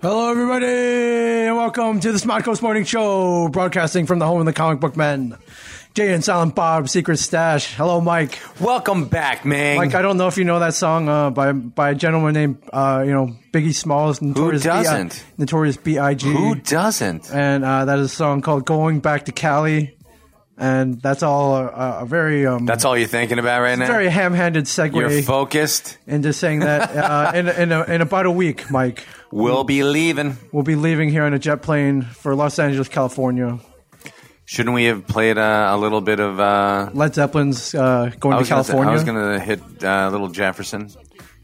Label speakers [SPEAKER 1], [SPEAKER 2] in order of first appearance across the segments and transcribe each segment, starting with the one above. [SPEAKER 1] Hello, everybody, and welcome to the Smart Coast Morning Show, broadcasting from the home of the comic book men, Jay and Silent Bob, Secret Stash. Hello, Mike.
[SPEAKER 2] Welcome back, man.
[SPEAKER 1] Mike, I don't know if you know that song uh, by by a gentleman named uh, you know Biggie Smalls, notorious
[SPEAKER 2] doesn't?
[SPEAKER 1] B.I. notorious B.I.G.
[SPEAKER 2] Who doesn't?
[SPEAKER 1] and uh, that is a song called "Going Back to Cali," and that's all a, a- a very um,
[SPEAKER 2] That's all you're thinking about right now.
[SPEAKER 1] very ham-handed segue
[SPEAKER 2] you're focused.
[SPEAKER 1] into saying that uh, in in, a, in about a week, Mike.
[SPEAKER 2] We'll be leaving.
[SPEAKER 1] We'll be leaving here on a jet plane for Los Angeles, California.
[SPEAKER 2] Shouldn't we have played uh, a little bit of? Uh,
[SPEAKER 1] Led Zeppelin's uh, going
[SPEAKER 2] I
[SPEAKER 1] to
[SPEAKER 2] was gonna say-
[SPEAKER 1] California.
[SPEAKER 2] I was going to hit uh, a little Jefferson,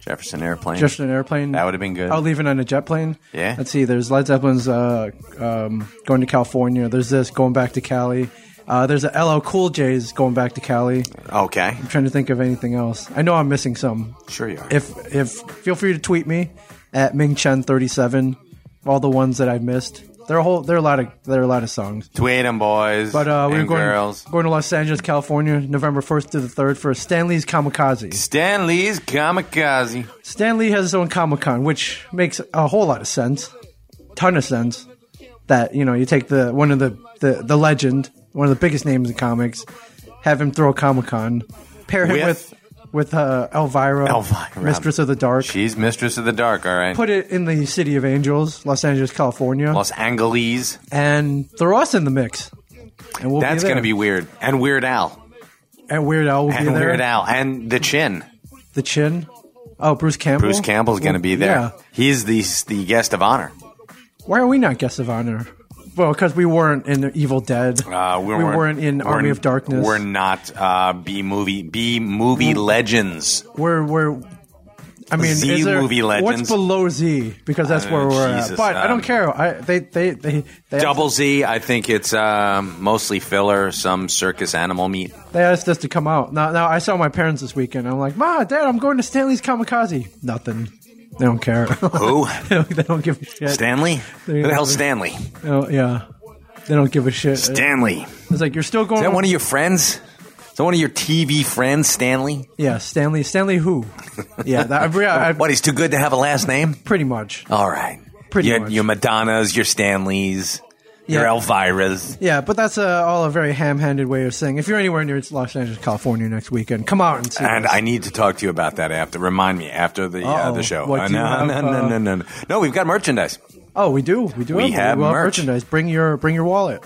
[SPEAKER 2] Jefferson airplane.
[SPEAKER 1] Just an airplane.
[SPEAKER 2] That would've been good.
[SPEAKER 1] Oh, leaving on a jet plane.
[SPEAKER 2] Yeah.
[SPEAKER 1] Let's see. There's Led Zeppelin's uh, um, going to California. There's this going back to Cali. Uh, there's a LL Cool J's going back to Cali. I'm
[SPEAKER 2] okay,
[SPEAKER 1] trying to think of anything else. I know I'm missing some.
[SPEAKER 2] sure you are.
[SPEAKER 1] If if feel free to tweet me at Mingchen37. All the ones that I missed. There are a whole. There are a lot of. There are a lot of songs.
[SPEAKER 2] Tweet 'em, boys,
[SPEAKER 1] But uh, we
[SPEAKER 2] and
[SPEAKER 1] were going
[SPEAKER 2] girls.
[SPEAKER 1] going to Los Angeles, California, November first to the third for Stanley's Kamikaze.
[SPEAKER 2] Stan Lee's kamikaze.
[SPEAKER 1] Stan Lee has his own Comic Con, which makes a whole lot of sense, ton of sense. That you know, you take the one of the the, the legend, one of the biggest names in comics, have him throw a Comic Con, pair him
[SPEAKER 2] With-
[SPEAKER 1] with with uh, Elvira,
[SPEAKER 2] Elvira.
[SPEAKER 1] Mistress of the Dark.
[SPEAKER 2] She's mistress of the dark. All right,
[SPEAKER 1] Put it in the City of Angels, Los Angeles, California,
[SPEAKER 2] Los Angeles.
[SPEAKER 1] and throw us in the mix. And we'll
[SPEAKER 2] That's
[SPEAKER 1] be there.
[SPEAKER 2] going to be weird. And Weird Al.
[SPEAKER 1] and Weird Al will be
[SPEAKER 2] And
[SPEAKER 1] there.
[SPEAKER 2] Weird Al. And the chin.
[SPEAKER 1] The chin. Oh, Bruce Campbell.
[SPEAKER 2] Bruce Campbell's going to be there.
[SPEAKER 1] Yeah.
[SPEAKER 2] He's the the guest of honor.
[SPEAKER 1] Why are we not guests of honor? Well, because we weren't in Evil Dead.
[SPEAKER 2] Uh,
[SPEAKER 1] we weren't, in
[SPEAKER 2] we're-
[SPEAKER 1] Army of Darkness. Mm.
[SPEAKER 2] We're not uh, B movie B movie legends.
[SPEAKER 1] We're we're. I mean,
[SPEAKER 2] Z
[SPEAKER 1] is there,
[SPEAKER 2] movie legends.
[SPEAKER 1] What's below Z? Because that's
[SPEAKER 2] Uh,
[SPEAKER 1] where we're
[SPEAKER 2] Jesus,
[SPEAKER 1] at. But I
[SPEAKER 2] um,
[SPEAKER 1] don't care. I they they they, they
[SPEAKER 2] Double Z. I think it's um, mostly filler, some circus animal meat.
[SPEAKER 1] Asked, they asked us to come out. Now now I saw my parents this weekend. I'm like, Ma, Dad, I'm going to Stanley's Kamikaze. Nothing. They don't care.
[SPEAKER 2] Who?
[SPEAKER 1] they, don't, they don't give a shit.
[SPEAKER 2] Stanley?
[SPEAKER 1] There you
[SPEAKER 2] Who the
[SPEAKER 1] go.
[SPEAKER 2] hell's Stanley?
[SPEAKER 1] They don't- yeah. They don't give a shit.
[SPEAKER 2] Stanley. Is
[SPEAKER 1] it's like you're still going.
[SPEAKER 2] that one of your friends? Is that one of your TV friends, Stanley?
[SPEAKER 1] yeah, Stanley. Stanley who? Yeah, that, yeah. I,
[SPEAKER 2] What? He's too good to have a last name.
[SPEAKER 1] pretty much.
[SPEAKER 2] All right.
[SPEAKER 1] Pretty
[SPEAKER 2] your,
[SPEAKER 1] much.
[SPEAKER 2] your Madonnas, your Stanleys, your
[SPEAKER 1] Yeah.
[SPEAKER 2] Elviras.
[SPEAKER 1] Yeah, but that's uh, all a very ham-handed way of saying. If you're anywhere near Los Angeles, California next weekend, come out and see.
[SPEAKER 2] And
[SPEAKER 1] us.
[SPEAKER 2] I need to talk to you about that after. Remind me after the uh,
[SPEAKER 1] Uh-oh.
[SPEAKER 2] the show.
[SPEAKER 1] Oh, What
[SPEAKER 2] Uh,
[SPEAKER 1] do you
[SPEAKER 2] no,
[SPEAKER 1] have,
[SPEAKER 2] no, no,
[SPEAKER 1] uh,
[SPEAKER 2] no, no, no. No, we've got merchandise.
[SPEAKER 1] oh, we do, we do.
[SPEAKER 2] We have
[SPEAKER 1] well,
[SPEAKER 2] merch.
[SPEAKER 1] merchandise. Bring your bring your wallet.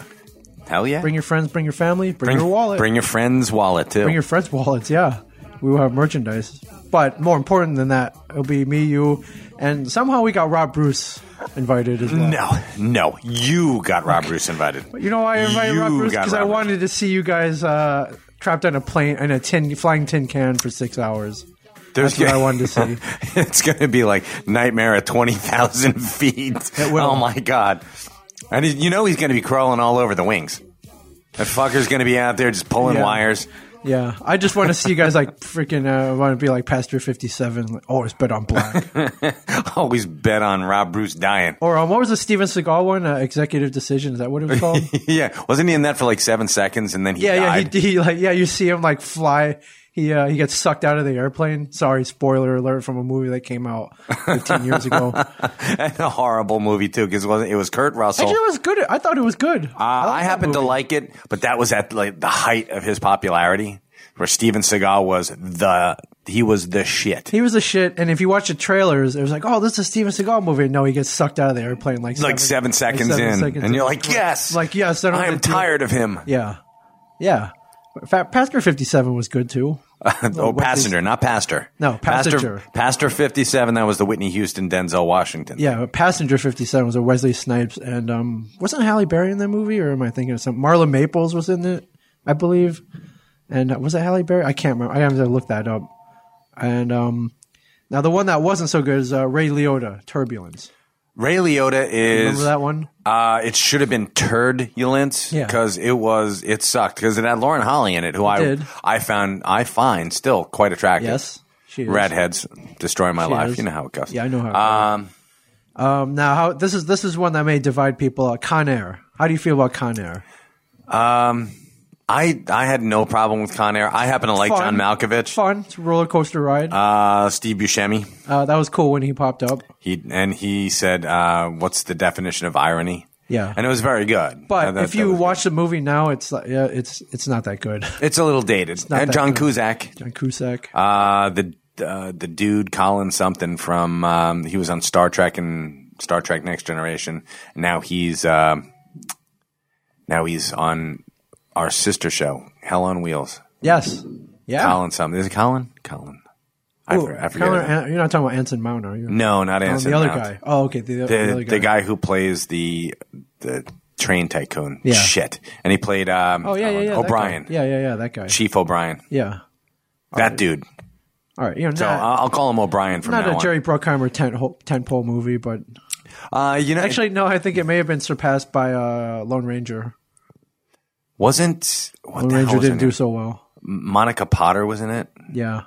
[SPEAKER 2] Hell yeah.
[SPEAKER 1] Bring your friends. Bring your family. Bring, your wallet.
[SPEAKER 2] Bring your friend's wallet too.
[SPEAKER 1] Bring your friends' wallets. Yeah, we will have merchandise. But more important than that, it'll be me, you, and somehow we got Rob Bruce invited as well.
[SPEAKER 2] no, no. You got Rob Bruce invited.
[SPEAKER 1] You know why I invited
[SPEAKER 2] You
[SPEAKER 1] Rob Bruce
[SPEAKER 2] got
[SPEAKER 1] because I
[SPEAKER 2] Rob Bruce.
[SPEAKER 1] wanted to see you guys uh, trapped on a plane in a tin flying tin can for six hours.
[SPEAKER 2] There's-
[SPEAKER 1] That's what I wanted to see.
[SPEAKER 2] it's going to be like nightmare at twenty thousand feet.
[SPEAKER 1] It will.
[SPEAKER 2] Oh my god! And he- you know he's going to be crawling all over the wings. That fucker's going to be out there just pulling
[SPEAKER 1] Yeah.
[SPEAKER 2] wires.
[SPEAKER 1] Yeah, I just want to see you guys like freaking. uh, I want to be like Pastor Fifty Seven. Like, always bet on black.
[SPEAKER 2] Always bet on Rob Bruce dying.
[SPEAKER 1] or um, what was the Steven Seagal one? Uh, executive decision. Is that what it was called?
[SPEAKER 2] yeah, wasn't he in that for like seven seconds and then he
[SPEAKER 1] yeah, yeah.
[SPEAKER 2] died?
[SPEAKER 1] He, he like yeah. You see him like fly. He uh, he gets sucked out of the airplane. Sorry, spoiler alert from a movie that came out fifteen years ago. Actually,
[SPEAKER 2] and a horrible movie too because wasn't it was Kurt Russell.
[SPEAKER 1] it was good. I thought it was good.
[SPEAKER 2] Uh,
[SPEAKER 1] like
[SPEAKER 2] I
[SPEAKER 1] that
[SPEAKER 2] happen to
[SPEAKER 1] movie.
[SPEAKER 2] like it, but that was at like the height of his popularity, where Steven Seagal was the he was the shit.
[SPEAKER 1] He was the shit, and if you watch the trailers, it was like, "Oh, this is a Steven Seagal movie." No, he gets sucked out of the airplane like
[SPEAKER 2] like seven seconds
[SPEAKER 1] like seven
[SPEAKER 2] in,
[SPEAKER 1] seconds
[SPEAKER 2] and you're like, yes,
[SPEAKER 1] Like, yes, I don't
[SPEAKER 2] I am
[SPEAKER 1] have to do-
[SPEAKER 2] tired of him.
[SPEAKER 1] Yeah, yeah. Fa- Pastor Fifty Seven was good too.
[SPEAKER 2] oh,
[SPEAKER 1] what
[SPEAKER 2] passenger, not pastor.
[SPEAKER 1] No,
[SPEAKER 2] pastor.
[SPEAKER 1] passenger.
[SPEAKER 2] Pastor fifty-seven. That was the Whitney Houston, Denzel Washington.
[SPEAKER 1] Yeah, but Passenger Fifty Seven was a Wesley Snipes, and um, wasn't Halle Berry in that movie, or am I thinking of something? Marla Maples was in it, I believe. And uh, was it Halle Berry? I can't remember. I have to look that up. And um, now the one that wasn't so good is uh, Ray Liotta, Turbulence.
[SPEAKER 2] Ray Liotta is.
[SPEAKER 1] Remember that one?
[SPEAKER 2] Uh, it should have been turdulence
[SPEAKER 1] Yeah.
[SPEAKER 2] because it was it sucked because it had Lauren Holly in it, who I
[SPEAKER 1] did.
[SPEAKER 2] I found I find still quite attractive.
[SPEAKER 1] Yes, she is.
[SPEAKER 2] redheads destroy my
[SPEAKER 1] She
[SPEAKER 2] life.
[SPEAKER 1] is.
[SPEAKER 2] You know how it goes.
[SPEAKER 1] Yeah, I know how. it
[SPEAKER 2] Um,
[SPEAKER 1] goes. um, now how this is this is one that may divide people. Uh, Con Air. How do you feel about Con Air?
[SPEAKER 2] I I had no problem with Con Air. I happen to like
[SPEAKER 1] Fun.
[SPEAKER 2] John Malkovich,
[SPEAKER 1] Fun. It's a roller coaster ride. Uh,
[SPEAKER 2] uh, Steve Buscemi.
[SPEAKER 1] that was cool when he popped up.
[SPEAKER 2] He and he said, uh, "What's the definition of irony?"
[SPEAKER 1] Yeah.
[SPEAKER 2] and it was very good.
[SPEAKER 1] But
[SPEAKER 2] Uh, that-
[SPEAKER 1] if
[SPEAKER 2] that
[SPEAKER 1] you
[SPEAKER 2] was good.
[SPEAKER 1] watch the movie now, it's like, yeah, it's it's not that good.
[SPEAKER 2] it's a little dated.
[SPEAKER 1] not
[SPEAKER 2] And
[SPEAKER 1] that
[SPEAKER 2] John
[SPEAKER 1] good.
[SPEAKER 2] Cusack,
[SPEAKER 1] John Cusack.
[SPEAKER 2] uh, the uh, the dude Colin something from um, he was on Star Trek and Star Trek Next Generation. Now he's um now he's on our sister show, Hell on Wheels.
[SPEAKER 1] yes. Yeah.
[SPEAKER 2] Colin something is it Colin? Colin. I,
[SPEAKER 1] Ooh,
[SPEAKER 2] for, I forget.
[SPEAKER 1] Oh. Colin-
[SPEAKER 2] his name.
[SPEAKER 1] An- you're not talking about Anson Mount, are you?
[SPEAKER 2] no, not
[SPEAKER 1] Oh,
[SPEAKER 2] Anson.
[SPEAKER 1] the other
[SPEAKER 2] Mount.
[SPEAKER 1] guy. Oh, okay. The, the,
[SPEAKER 2] the,
[SPEAKER 1] other guy.
[SPEAKER 2] the guy who plays the the train tycoon.
[SPEAKER 1] Yeah.
[SPEAKER 2] Shit. And he played um
[SPEAKER 1] Oh yeah, yeah, yeah. that guy.
[SPEAKER 2] O'Brien.
[SPEAKER 1] Yeah, yeah, yeah. That guy.
[SPEAKER 2] Chief O'Brien.
[SPEAKER 1] yeah.
[SPEAKER 2] That dude.
[SPEAKER 1] All right. You know,
[SPEAKER 2] So
[SPEAKER 1] not,
[SPEAKER 2] I'll I'll call him O'Brien from
[SPEAKER 1] not
[SPEAKER 2] now
[SPEAKER 1] a Jerry Bruckheimer tent tent pole movie, but
[SPEAKER 2] on. Uh, you know,
[SPEAKER 1] actually,
[SPEAKER 2] actually,
[SPEAKER 1] no. I think it may have been surpassed by uh, Lone Ranger.
[SPEAKER 2] wasn't what
[SPEAKER 1] Lone
[SPEAKER 2] the
[SPEAKER 1] Ranger
[SPEAKER 2] hell was
[SPEAKER 1] didn't
[SPEAKER 2] in
[SPEAKER 1] do
[SPEAKER 2] it?
[SPEAKER 1] so well.
[SPEAKER 2] Monica Potter was in it.
[SPEAKER 1] Yeah,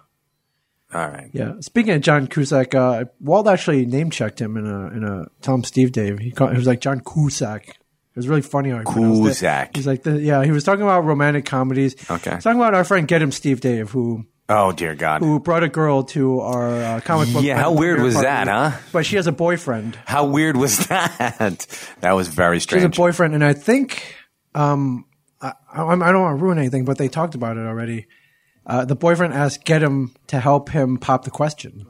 [SPEAKER 2] All right.
[SPEAKER 1] yeah. Speaking of John Cusack, uh, Wald actually name checked him in a in a Tom Steve Dave. He called, he was like John Cusack. It was really funny how he pronounced it.
[SPEAKER 2] Cusack.
[SPEAKER 1] He's like, the, yeah, he was talking about romantic comedies.
[SPEAKER 2] Okay.
[SPEAKER 1] He's talking about our friend Get Him Steve Dave, who
[SPEAKER 2] Oh dear God.
[SPEAKER 1] who brought a girl to our uh, comic book.
[SPEAKER 2] Yeah, how weird was that, huh?
[SPEAKER 1] But she has a boyfriend.
[SPEAKER 2] How weird was that? that was very
[SPEAKER 1] She has a
[SPEAKER 2] strange.
[SPEAKER 1] boyfriend, and I think um, I, I, I don't want to ruin anything, but they talked about it already. Uh, the boyfriend asked Get him to help him pop the question,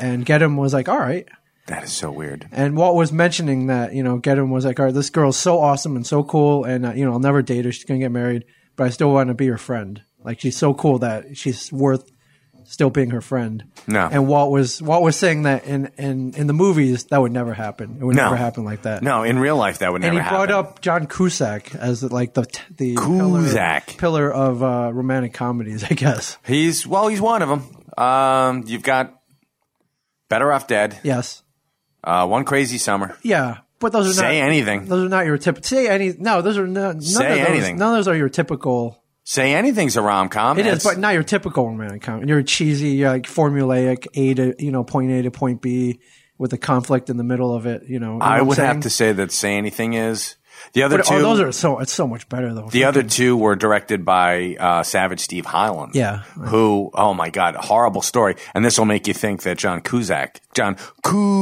[SPEAKER 1] and Get him was like, "All right."
[SPEAKER 2] that is so weird.
[SPEAKER 1] And Walt was mentioning that you know Get him was like, "All right, this girl's so awesome and so cool, and uh, you know I'll never date her. She's gonna get married, but I still want to be her friend. Like she's so cool that she's worth." Still being her friend,
[SPEAKER 2] No.
[SPEAKER 1] And Walt was Walt was saying that in in in the movies that would never happen. It would
[SPEAKER 2] No.
[SPEAKER 1] never happen like that.
[SPEAKER 2] No, in real life that would
[SPEAKER 1] and
[SPEAKER 2] never
[SPEAKER 1] he brought
[SPEAKER 2] happen.
[SPEAKER 1] up John Cusack as like the the pillar,
[SPEAKER 2] Cusack.
[SPEAKER 1] pillar of uh, romantic comedies, I guess.
[SPEAKER 2] he's well, he's one of them. Um, you've got Better Off Dead,
[SPEAKER 1] Yes,
[SPEAKER 2] uh, One Crazy Summer.
[SPEAKER 1] yeah, but those are
[SPEAKER 2] Say
[SPEAKER 1] not
[SPEAKER 2] anything.
[SPEAKER 1] those are not your typical. Say any? No, those are no, none
[SPEAKER 2] Say
[SPEAKER 1] of those,
[SPEAKER 2] anything.
[SPEAKER 1] None of those are your typical.
[SPEAKER 2] Say anything's a rom com.
[SPEAKER 1] It is, but not your typical romantic comedy. You're cheesy, you're like formulaic, A to you know point A to point B with a conflict in the middle of it. You know, You know what
[SPEAKER 2] I
[SPEAKER 1] I'm
[SPEAKER 2] would
[SPEAKER 1] saying?
[SPEAKER 2] have to say that say anything is the other
[SPEAKER 1] But
[SPEAKER 2] two.
[SPEAKER 1] oh, those are so it's so much better though.
[SPEAKER 2] the other two were directed by uh, Savage Steve Hyland.
[SPEAKER 1] Yeah.
[SPEAKER 2] Who? Oh my God! Horrible story. And this will make you think that John Kuzak, John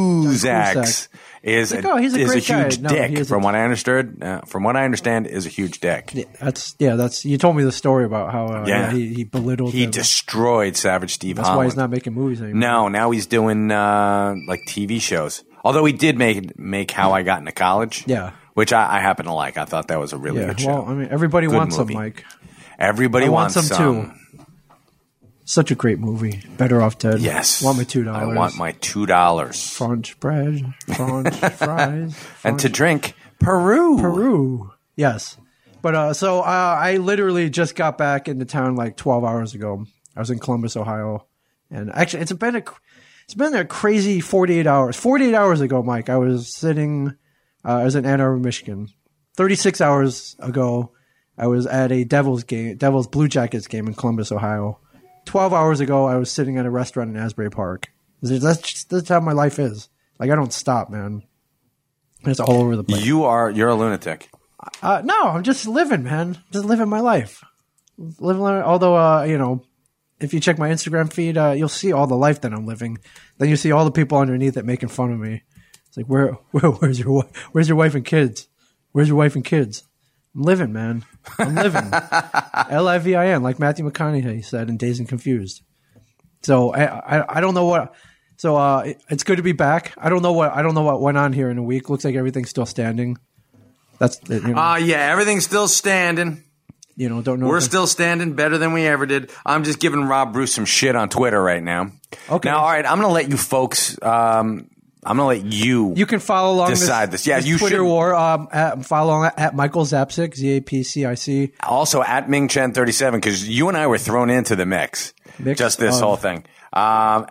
[SPEAKER 2] Kuzak, is
[SPEAKER 1] Like, oh, he's a
[SPEAKER 2] is
[SPEAKER 1] great guy.
[SPEAKER 2] huge
[SPEAKER 1] No, he
[SPEAKER 2] dick.
[SPEAKER 1] is a-
[SPEAKER 2] from what I understood, uh, from what I understand, is a huge dick.
[SPEAKER 1] that's yeah. That's you told me the story about how uh,
[SPEAKER 2] Yeah.
[SPEAKER 1] yeah. he, he belittled.
[SPEAKER 2] He
[SPEAKER 1] them.
[SPEAKER 2] destroyed Savage Steve
[SPEAKER 1] That's
[SPEAKER 2] Hyland.
[SPEAKER 1] why he's not making movies anymore.
[SPEAKER 2] No, now he's doing uh, like TV shows. Although he did make make How I Got into College.
[SPEAKER 1] Yeah.
[SPEAKER 2] Which I, I happen to like. I thought that was a really
[SPEAKER 1] Yeah,
[SPEAKER 2] good show.
[SPEAKER 1] well, I mean, everybody
[SPEAKER 2] Good
[SPEAKER 1] wants
[SPEAKER 2] movie.
[SPEAKER 1] them, Mike.
[SPEAKER 2] Everybody
[SPEAKER 1] I want
[SPEAKER 2] wants
[SPEAKER 1] some,
[SPEAKER 2] some.
[SPEAKER 1] too. Such a great movie. Better off dead.
[SPEAKER 2] Yes.
[SPEAKER 1] Want my two dollars?
[SPEAKER 2] I want my two dollars.
[SPEAKER 1] French bread, French fries,
[SPEAKER 2] And to drink Peru.
[SPEAKER 1] Peru. Yes, but uh, so uh, I literally just got back into town like twelve hours ago. I was in Columbus, Ohio, and actually, it's been a cr- it's been a crazy forty eight hours. Forty eight hours ago, Mike, I was sitting. Uh, I was in Ann Arbor, Michigan. Thirty six hours ago, I was at a Devils game, Devils Blue Jackets game in Columbus, Ohio. Twelve hours ago, I was sitting at a restaurant in Asbury Park. That's just, that's how my life is. Like I don't stop, man. It's all over the place.
[SPEAKER 2] You are you're a lunatic.
[SPEAKER 1] Uh, no, I'm just living, man. Just living my life. Living, li- although, uh, you know, if you check my Instagram feed, uh, you'll see all the life that I'm living. Then you see all the people underneath it making fun of me. It's like, where, where where's your, wi- where's your wife and kids? Where's your wife and kids? I'm living, man. I'm living. L I V I N, like Matthew McConaughey said in Days and Confused. So I, I, I don't know what. So uh, it- it's good to be back. I don't know what I don't know what went on here in a week. Looks like everything's still standing. That's you know,
[SPEAKER 2] Ah, yeah, everything's still standing.
[SPEAKER 1] you know, don't know.
[SPEAKER 2] We're
[SPEAKER 1] if-
[SPEAKER 2] still standing better than we ever did. I'm just giving Rob Bruce some shit on Twitter right now.
[SPEAKER 1] Okay.
[SPEAKER 2] Now, all right, I'm going to let you folks. Um, I'm going to let you.
[SPEAKER 1] you can follow along
[SPEAKER 2] decide this. Yeah, you
[SPEAKER 1] Twitter
[SPEAKER 2] should-
[SPEAKER 1] war. Um, at, follow along at Michael Zapsik, Z A P C I C.
[SPEAKER 2] also at Ming Chen 37 because you and I were thrown into the mix.
[SPEAKER 1] Mix
[SPEAKER 2] just this
[SPEAKER 1] of-
[SPEAKER 2] whole thing. Um,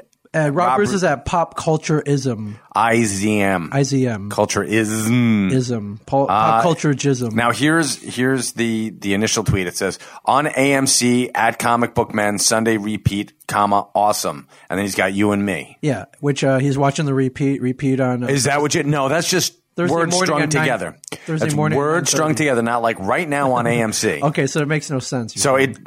[SPEAKER 1] And Uh, Rob,
[SPEAKER 2] Rob
[SPEAKER 1] Bruce
[SPEAKER 2] Bru-
[SPEAKER 1] is at Pop Cultureism,
[SPEAKER 2] IZM.
[SPEAKER 1] I Z M,
[SPEAKER 2] Culture ism.
[SPEAKER 1] ism, Pop, pop Culture Jism.
[SPEAKER 2] Uh, Now here's here's the the initial tweet. It says on AMC at Comic Book Men Sunday repeat, comma awesome, and then he's got you and me.
[SPEAKER 1] yeah, which uh, he's watching the repeat, repeat on. Uh,
[SPEAKER 2] Is that what you? No, that's just
[SPEAKER 1] Thursday
[SPEAKER 2] word
[SPEAKER 1] morning
[SPEAKER 2] strung
[SPEAKER 1] at nine-
[SPEAKER 2] together.
[SPEAKER 1] Thursday
[SPEAKER 2] That's
[SPEAKER 1] morning at
[SPEAKER 2] word
[SPEAKER 1] 9:30.
[SPEAKER 2] strung together, not like right now on AMC.
[SPEAKER 1] Okay, so it makes no sense. you
[SPEAKER 2] So
[SPEAKER 1] know.
[SPEAKER 2] it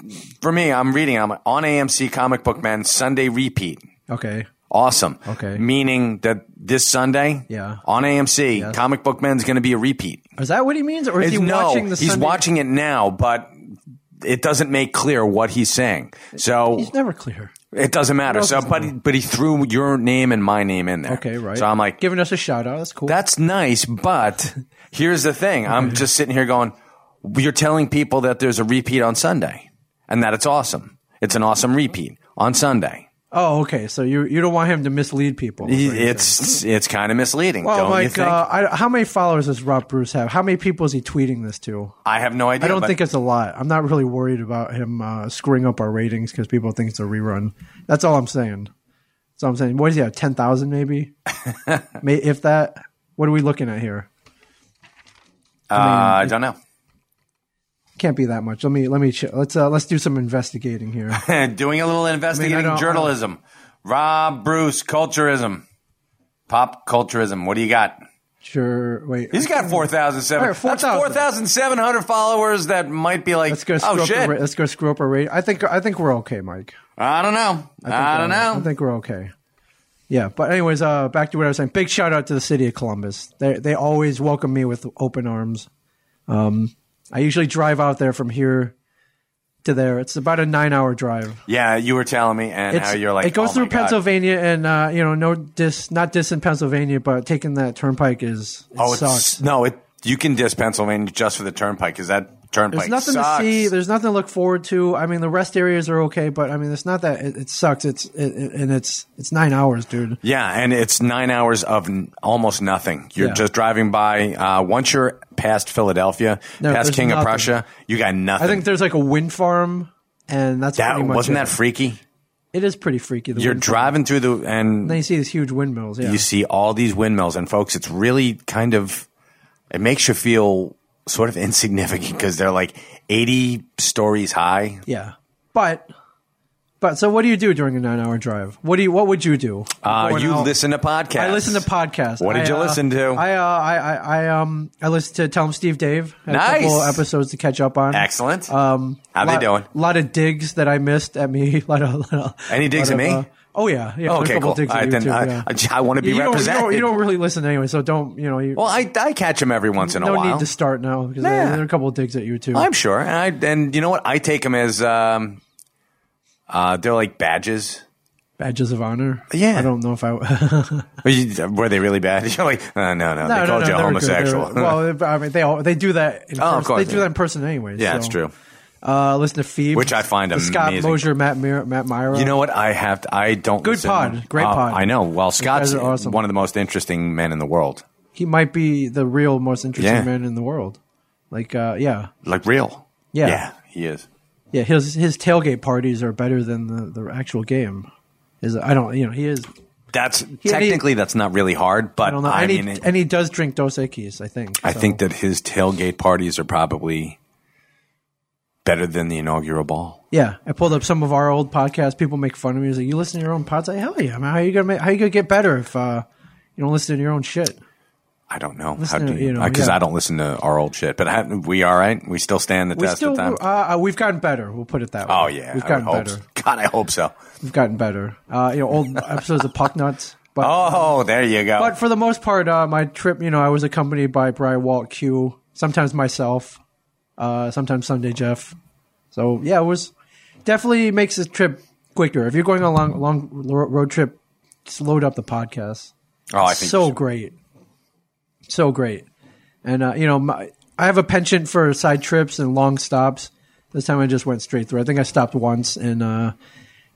[SPEAKER 2] for me, I'm reading. I'm on AMC Comic Book Man Sunday repeat.
[SPEAKER 1] okay,
[SPEAKER 2] Awesome.
[SPEAKER 1] Okay.
[SPEAKER 2] Meaning that this Sunday,
[SPEAKER 1] Yeah.
[SPEAKER 2] on AMC, Comic Book Man's going to be a repeat.
[SPEAKER 1] is that what he means, or is he
[SPEAKER 2] It's- no,
[SPEAKER 1] watching the?
[SPEAKER 2] he's
[SPEAKER 1] Sunday-
[SPEAKER 2] watching it now, but it doesn't make clear what he's saying. So
[SPEAKER 1] He's never clear.
[SPEAKER 2] it doesn't matter.
[SPEAKER 1] else
[SPEAKER 2] So,
[SPEAKER 1] is
[SPEAKER 2] but he, but he threw your name and my name in there.
[SPEAKER 1] Okay, right.
[SPEAKER 2] So I'm like,
[SPEAKER 1] giving us a shout out. That's cool.
[SPEAKER 2] that's nice, but here's the thing. I'm just sitting here going, you're telling people that there's a repeat on Sunday and that it's awesome. It's an awesome repeat on Sunday.
[SPEAKER 1] oh, okay. So you you don't want him to mislead people. is what you're saying.
[SPEAKER 2] It's it's kind of misleading,
[SPEAKER 1] Oh
[SPEAKER 2] don't
[SPEAKER 1] my
[SPEAKER 2] you think?
[SPEAKER 1] god! I, how many followers does Rob Bruce have? How many people is he tweeting this to?
[SPEAKER 2] I have no idea.
[SPEAKER 1] I don't
[SPEAKER 2] but
[SPEAKER 1] think it's a lot. I'm not really worried about him uh, screwing up our ratings because people think it's a rerun. That's all I'm saying. That's all I'm saying. What does he have? Ten thousand, maybe, May, if that. What are we looking at here?
[SPEAKER 2] uh, I don't know.
[SPEAKER 1] Can't be that much. Let me let me ch- let's uh, let's do some investigating here.
[SPEAKER 2] doing a little investigating
[SPEAKER 1] don't-
[SPEAKER 2] journalism. Rob Bruce, culturism, pop culturism. What do you got?
[SPEAKER 1] sure. Wait.
[SPEAKER 2] He's got four thousand seven.
[SPEAKER 1] Mm. All right, 4,000.
[SPEAKER 2] That's four thousand seven hundred followers. That might be like,
[SPEAKER 1] Let's go. Screw
[SPEAKER 2] oh
[SPEAKER 1] up the
[SPEAKER 2] shit,
[SPEAKER 1] ra- let's go screw up our rating. I think I think we're okay, Mike.
[SPEAKER 2] I don't know. I,
[SPEAKER 1] think uh,
[SPEAKER 2] don't
[SPEAKER 1] we're- I
[SPEAKER 2] know.
[SPEAKER 1] think we're okay. Yeah, but anyways, uh, back to what I was saying. Big shout out to the city of Columbus. They they always welcome me with open arms. Um, I usually drive out there from here to there. It's about a nine hour drive.
[SPEAKER 2] yeah, you were telling me, and
[SPEAKER 1] It's,
[SPEAKER 2] how you're like,
[SPEAKER 1] it goes
[SPEAKER 2] oh
[SPEAKER 1] through
[SPEAKER 2] my God.
[SPEAKER 1] Pennsylvania, and uh, you know, no dis, not dis in Pennsylvania, but taking that turnpike is it
[SPEAKER 2] Oh,
[SPEAKER 1] sucks.
[SPEAKER 2] it's no. It you can diss Pennsylvania just for the turnpike because that turnpike
[SPEAKER 1] There's nothing
[SPEAKER 2] sucks.
[SPEAKER 1] to see. There's nothing to look forward to. I mean, the rest areas are okay, but I mean, it's not that it, it sucks. It's it, it- and it's it's nine hours, dude.
[SPEAKER 2] Yeah, and it's nine hours of n- almost nothing. You're
[SPEAKER 1] Yeah.
[SPEAKER 2] just driving by. Uh, once you're past Philadelphia,
[SPEAKER 1] No,
[SPEAKER 2] past
[SPEAKER 1] there's
[SPEAKER 2] King of
[SPEAKER 1] nothing.
[SPEAKER 2] Prussia, you got nothing.
[SPEAKER 1] I think there's like a wind farm, and that's
[SPEAKER 2] that
[SPEAKER 1] pretty much
[SPEAKER 2] wasn't
[SPEAKER 1] it.
[SPEAKER 2] that freaky.
[SPEAKER 1] it is pretty freaky. The
[SPEAKER 2] You're
[SPEAKER 1] wind farm.
[SPEAKER 2] driving through the and
[SPEAKER 1] Then you see these huge windmills. Yeah,
[SPEAKER 2] you see all these windmills, and folks, it's really kind of it makes you feel sort of insignificant because they're like eighty stories high.
[SPEAKER 1] yeah. But, but so what do you do during a nine-hour drive? What do you? What would you do?
[SPEAKER 2] Uh,
[SPEAKER 1] Going
[SPEAKER 2] you
[SPEAKER 1] out-
[SPEAKER 2] listen to podcasts.
[SPEAKER 1] I listen to podcasts.
[SPEAKER 2] What did
[SPEAKER 1] I,
[SPEAKER 2] you
[SPEAKER 1] uh,
[SPEAKER 2] listen to?
[SPEAKER 1] I, uh, I, I, I, um, I listened to Tell 'em Steve Dave. Had
[SPEAKER 2] Nice.
[SPEAKER 1] A couple episodes to catch up on.
[SPEAKER 2] Excellent.
[SPEAKER 1] Um,
[SPEAKER 2] How they doing?
[SPEAKER 1] A lot of digs that I missed at me. Lot of, lot of-
[SPEAKER 2] Any digs
[SPEAKER 1] lot
[SPEAKER 2] at
[SPEAKER 1] of,
[SPEAKER 2] me?
[SPEAKER 1] uh, oh yeah, yeah. there's a
[SPEAKER 2] okay,
[SPEAKER 1] couple
[SPEAKER 2] cool.
[SPEAKER 1] Digs
[SPEAKER 2] All
[SPEAKER 1] at
[SPEAKER 2] right,
[SPEAKER 1] you
[SPEAKER 2] then uh,
[SPEAKER 1] too,
[SPEAKER 2] I,
[SPEAKER 1] yeah.
[SPEAKER 2] I- I want to be
[SPEAKER 1] You don't, you,
[SPEAKER 2] represented.
[SPEAKER 1] don't, you don't really listen anyway, so don't you know? You,
[SPEAKER 2] well, I, I catch them every once in a
[SPEAKER 1] no
[SPEAKER 2] while.
[SPEAKER 1] need to start now because there-
[SPEAKER 2] Yeah.
[SPEAKER 1] there are a couple of digs at you too.
[SPEAKER 2] I'm sure. And I and you know what? I take them as um, uh, they're like badges.
[SPEAKER 1] Badges of honor.
[SPEAKER 2] Yeah.
[SPEAKER 1] I don't know if I. no,
[SPEAKER 2] Were you- were they really bad? You're like, uh, no, no, they
[SPEAKER 1] no,
[SPEAKER 2] called
[SPEAKER 1] no, they were good. They
[SPEAKER 2] you a
[SPEAKER 1] were-
[SPEAKER 2] homosexual.
[SPEAKER 1] well, I mean, they all they do that. In
[SPEAKER 2] Oh, of
[SPEAKER 1] person.
[SPEAKER 2] course,
[SPEAKER 1] they
[SPEAKER 2] yeah.
[SPEAKER 1] do that in person anyway.
[SPEAKER 2] yeah,
[SPEAKER 1] so.
[SPEAKER 2] it's true.
[SPEAKER 1] Uh, listen to Phoebe,
[SPEAKER 2] Which I find
[SPEAKER 1] the Scott
[SPEAKER 2] amazing.
[SPEAKER 1] Mosier, Matt Mir- Matt Myra.
[SPEAKER 2] You know what? I have. To, I don't.
[SPEAKER 1] Good
[SPEAKER 2] listen-
[SPEAKER 1] pod. Great
[SPEAKER 2] Uh,
[SPEAKER 1] pod.
[SPEAKER 2] I know. Well,
[SPEAKER 1] guys
[SPEAKER 2] Scott's
[SPEAKER 1] are awesome.
[SPEAKER 2] one of the most interesting men in the world.
[SPEAKER 1] he might be the real most interesting
[SPEAKER 2] Yeah.
[SPEAKER 1] man in the world. Like, uh, yeah,
[SPEAKER 2] Like real.
[SPEAKER 1] Yeah.
[SPEAKER 2] Yeah, he is.
[SPEAKER 1] yeah. His his tailgate parties are better than the, the actual game. Is I don't you know he is
[SPEAKER 2] That's
[SPEAKER 1] he-
[SPEAKER 2] technically that's not really hard, but
[SPEAKER 1] I don't know
[SPEAKER 2] I
[SPEAKER 1] and,
[SPEAKER 2] mean,
[SPEAKER 1] he,
[SPEAKER 2] it-
[SPEAKER 1] and he does drink Dos Equis. I think.
[SPEAKER 2] I
[SPEAKER 1] so.
[SPEAKER 2] think that his tailgate parties are probably better than the inaugural ball.
[SPEAKER 1] Yeah, I pulled up some of our old podcasts. People make fun of me. It's like, you listen to your own pods. Like, hell yeah, man. How you gonna make, how you gonna get better if uh, you don't listen to your own shit?
[SPEAKER 2] I don't know.
[SPEAKER 1] Listen
[SPEAKER 2] How
[SPEAKER 1] to-
[SPEAKER 2] do you?
[SPEAKER 1] you know,
[SPEAKER 2] Because
[SPEAKER 1] yeah.
[SPEAKER 2] I don't listen to our old shit. But I, we all right. We still stand the
[SPEAKER 1] We
[SPEAKER 2] test
[SPEAKER 1] still
[SPEAKER 2] of time.
[SPEAKER 1] uh, uh, we've gotten better. We'll put it that way.
[SPEAKER 2] oh yeah,
[SPEAKER 1] we've
[SPEAKER 2] I
[SPEAKER 1] gotten
[SPEAKER 2] hope
[SPEAKER 1] better.
[SPEAKER 2] so. God, I hope so.
[SPEAKER 1] We've gotten better. Uh, you know, old episodes of Puck Nuts. But
[SPEAKER 2] Oh, there you go.
[SPEAKER 1] but for the most part, uh, my trip, you know, I was accompanied by Brian Walt Q, sometimes myself, uh, sometimes Sunday Jeff. So yeah, it was definitely makes the trip quicker. If you're going on a long long ro- road trip, just load up the podcast.
[SPEAKER 2] oh, I think
[SPEAKER 1] so great, so great. And uh, you know, my, I have a penchant for side trips and long stops. This time I just went straight through. I think I stopped once in uh,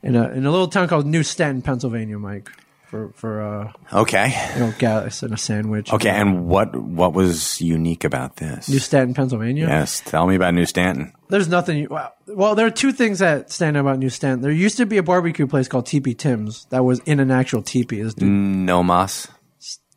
[SPEAKER 1] in a in a little town called New Stanton, Pennsylvania, Mike, for for uh,
[SPEAKER 2] okay,
[SPEAKER 1] you know, gas and a sandwich.
[SPEAKER 2] okay. And what what was unique about this?
[SPEAKER 1] New Stanton, Pennsylvania.
[SPEAKER 2] yes, tell me about New Stanton.
[SPEAKER 1] There's nothing. Well, well, there are two things that stand out about New Stanton. There used to be a barbecue place called Teepee Tim's that was in an actual teepee. This dude
[SPEAKER 2] No mas.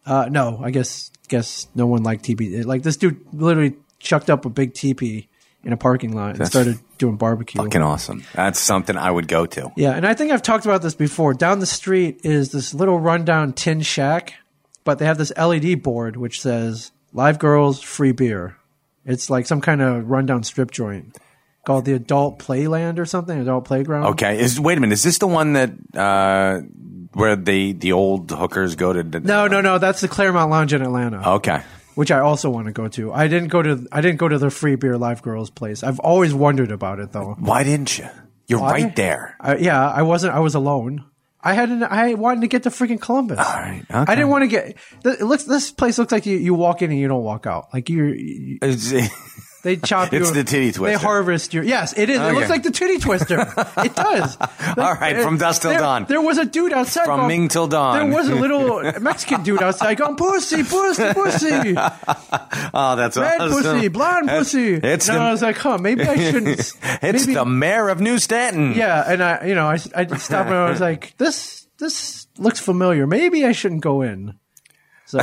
[SPEAKER 1] Uh, no, I guess guess no one liked TP. Like this dude literally chucked up a big teepee in a parking lot and started doing barbecue.
[SPEAKER 2] Fucking awesome. That's something I would go to.
[SPEAKER 1] yeah, and I think I've talked about this before. Down the street is this little rundown tin shack but they have this LED board which says "Live Girls, Free Beer." It's like some kind of rundown strip joint called the Adult Playland or something, Adult Playground.
[SPEAKER 2] Okay. Is wait a minute. Is this the one that uh, where the the old hookers go to?
[SPEAKER 1] No, no, no. That's the Claremont Lounge in Atlanta.
[SPEAKER 2] Okay.
[SPEAKER 1] which I also want to go to. I didn't go to I didn't go to the free beer live girls place. I've always wondered about it though.
[SPEAKER 2] Why didn't you? You're right there.
[SPEAKER 1] I, yeah, I wasn't I was alone. I had an, I wanted to get to freaking Columbus.
[SPEAKER 2] All right.
[SPEAKER 1] I
[SPEAKER 2] Ah, okay.
[SPEAKER 1] didn't want to get th- it looks this place looks like you, you walk in and you don't walk out. Like you- you
[SPEAKER 2] It's-
[SPEAKER 1] they chop you
[SPEAKER 2] It's the titty twister.
[SPEAKER 1] They harvest your Yes, it is. It
[SPEAKER 2] Okay.
[SPEAKER 1] looks like the titty twister. it does.
[SPEAKER 2] All right, from dusk till
[SPEAKER 1] there,
[SPEAKER 2] dawn.
[SPEAKER 1] There was a dude outside
[SPEAKER 2] From
[SPEAKER 1] going-
[SPEAKER 2] Ming till dawn.
[SPEAKER 1] There was a little Mexican dude outside going pussy, pussy, pussy.
[SPEAKER 2] oh, that's
[SPEAKER 1] Red
[SPEAKER 2] awesome.
[SPEAKER 1] pussy, blonde
[SPEAKER 2] That's-
[SPEAKER 1] pussy.
[SPEAKER 2] uh, It's
[SPEAKER 1] and I
[SPEAKER 2] the,
[SPEAKER 1] was like, huh, maybe I shouldn't.
[SPEAKER 2] it's
[SPEAKER 1] maybe,
[SPEAKER 2] the mayor of New Staten.
[SPEAKER 1] yeah. And I, you know, I, I just stopped and I was like, this this looks familiar. Maybe I shouldn't go in. So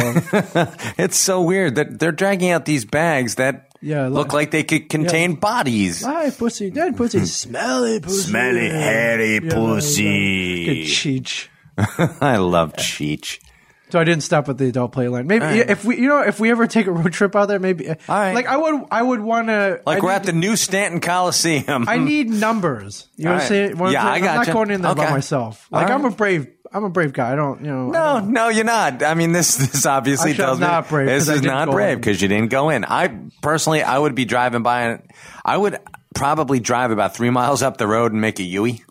[SPEAKER 2] It's so weird that they're dragging out these bags that
[SPEAKER 1] Yeah,
[SPEAKER 2] look
[SPEAKER 1] like-
[SPEAKER 2] like they could contain bodies.
[SPEAKER 1] live pussy, dead pussy, smelly pussy,
[SPEAKER 2] Smelly, hairy
[SPEAKER 1] Yeah,
[SPEAKER 2] pussy.
[SPEAKER 1] yeah. Good cheech.
[SPEAKER 2] I love Cheech.
[SPEAKER 1] So I didn't stop at the adult playland. Maybe if we, you know, if we ever take a road trip out there, maybe. All
[SPEAKER 2] right.
[SPEAKER 1] Like I would, I would want to.
[SPEAKER 2] Like
[SPEAKER 1] I
[SPEAKER 2] we're
[SPEAKER 1] need,
[SPEAKER 2] at the New Stanton Coliseum.
[SPEAKER 1] I need numbers. You know
[SPEAKER 2] All
[SPEAKER 1] what I'm saying?
[SPEAKER 2] right.
[SPEAKER 1] What I'm
[SPEAKER 2] Yeah,
[SPEAKER 1] saying?
[SPEAKER 2] I
[SPEAKER 1] I'm
[SPEAKER 2] gotcha.
[SPEAKER 1] not going in there by
[SPEAKER 2] Okay.
[SPEAKER 1] myself.
[SPEAKER 2] All
[SPEAKER 1] Like I'm a
[SPEAKER 2] right.
[SPEAKER 1] brave, I'm a brave guy. I don't, you know. I
[SPEAKER 2] No, no, you're not. I mean, this this obviously
[SPEAKER 1] Actually,
[SPEAKER 2] tells
[SPEAKER 1] I'm
[SPEAKER 2] me
[SPEAKER 1] not brave
[SPEAKER 2] this
[SPEAKER 1] 'cause I
[SPEAKER 2] is
[SPEAKER 1] didn't
[SPEAKER 2] not
[SPEAKER 1] go
[SPEAKER 2] brave
[SPEAKER 1] in.
[SPEAKER 2] because you didn't go in. I personally, I would be driving by, and I would probably drive about three miles up the road and make a Yui.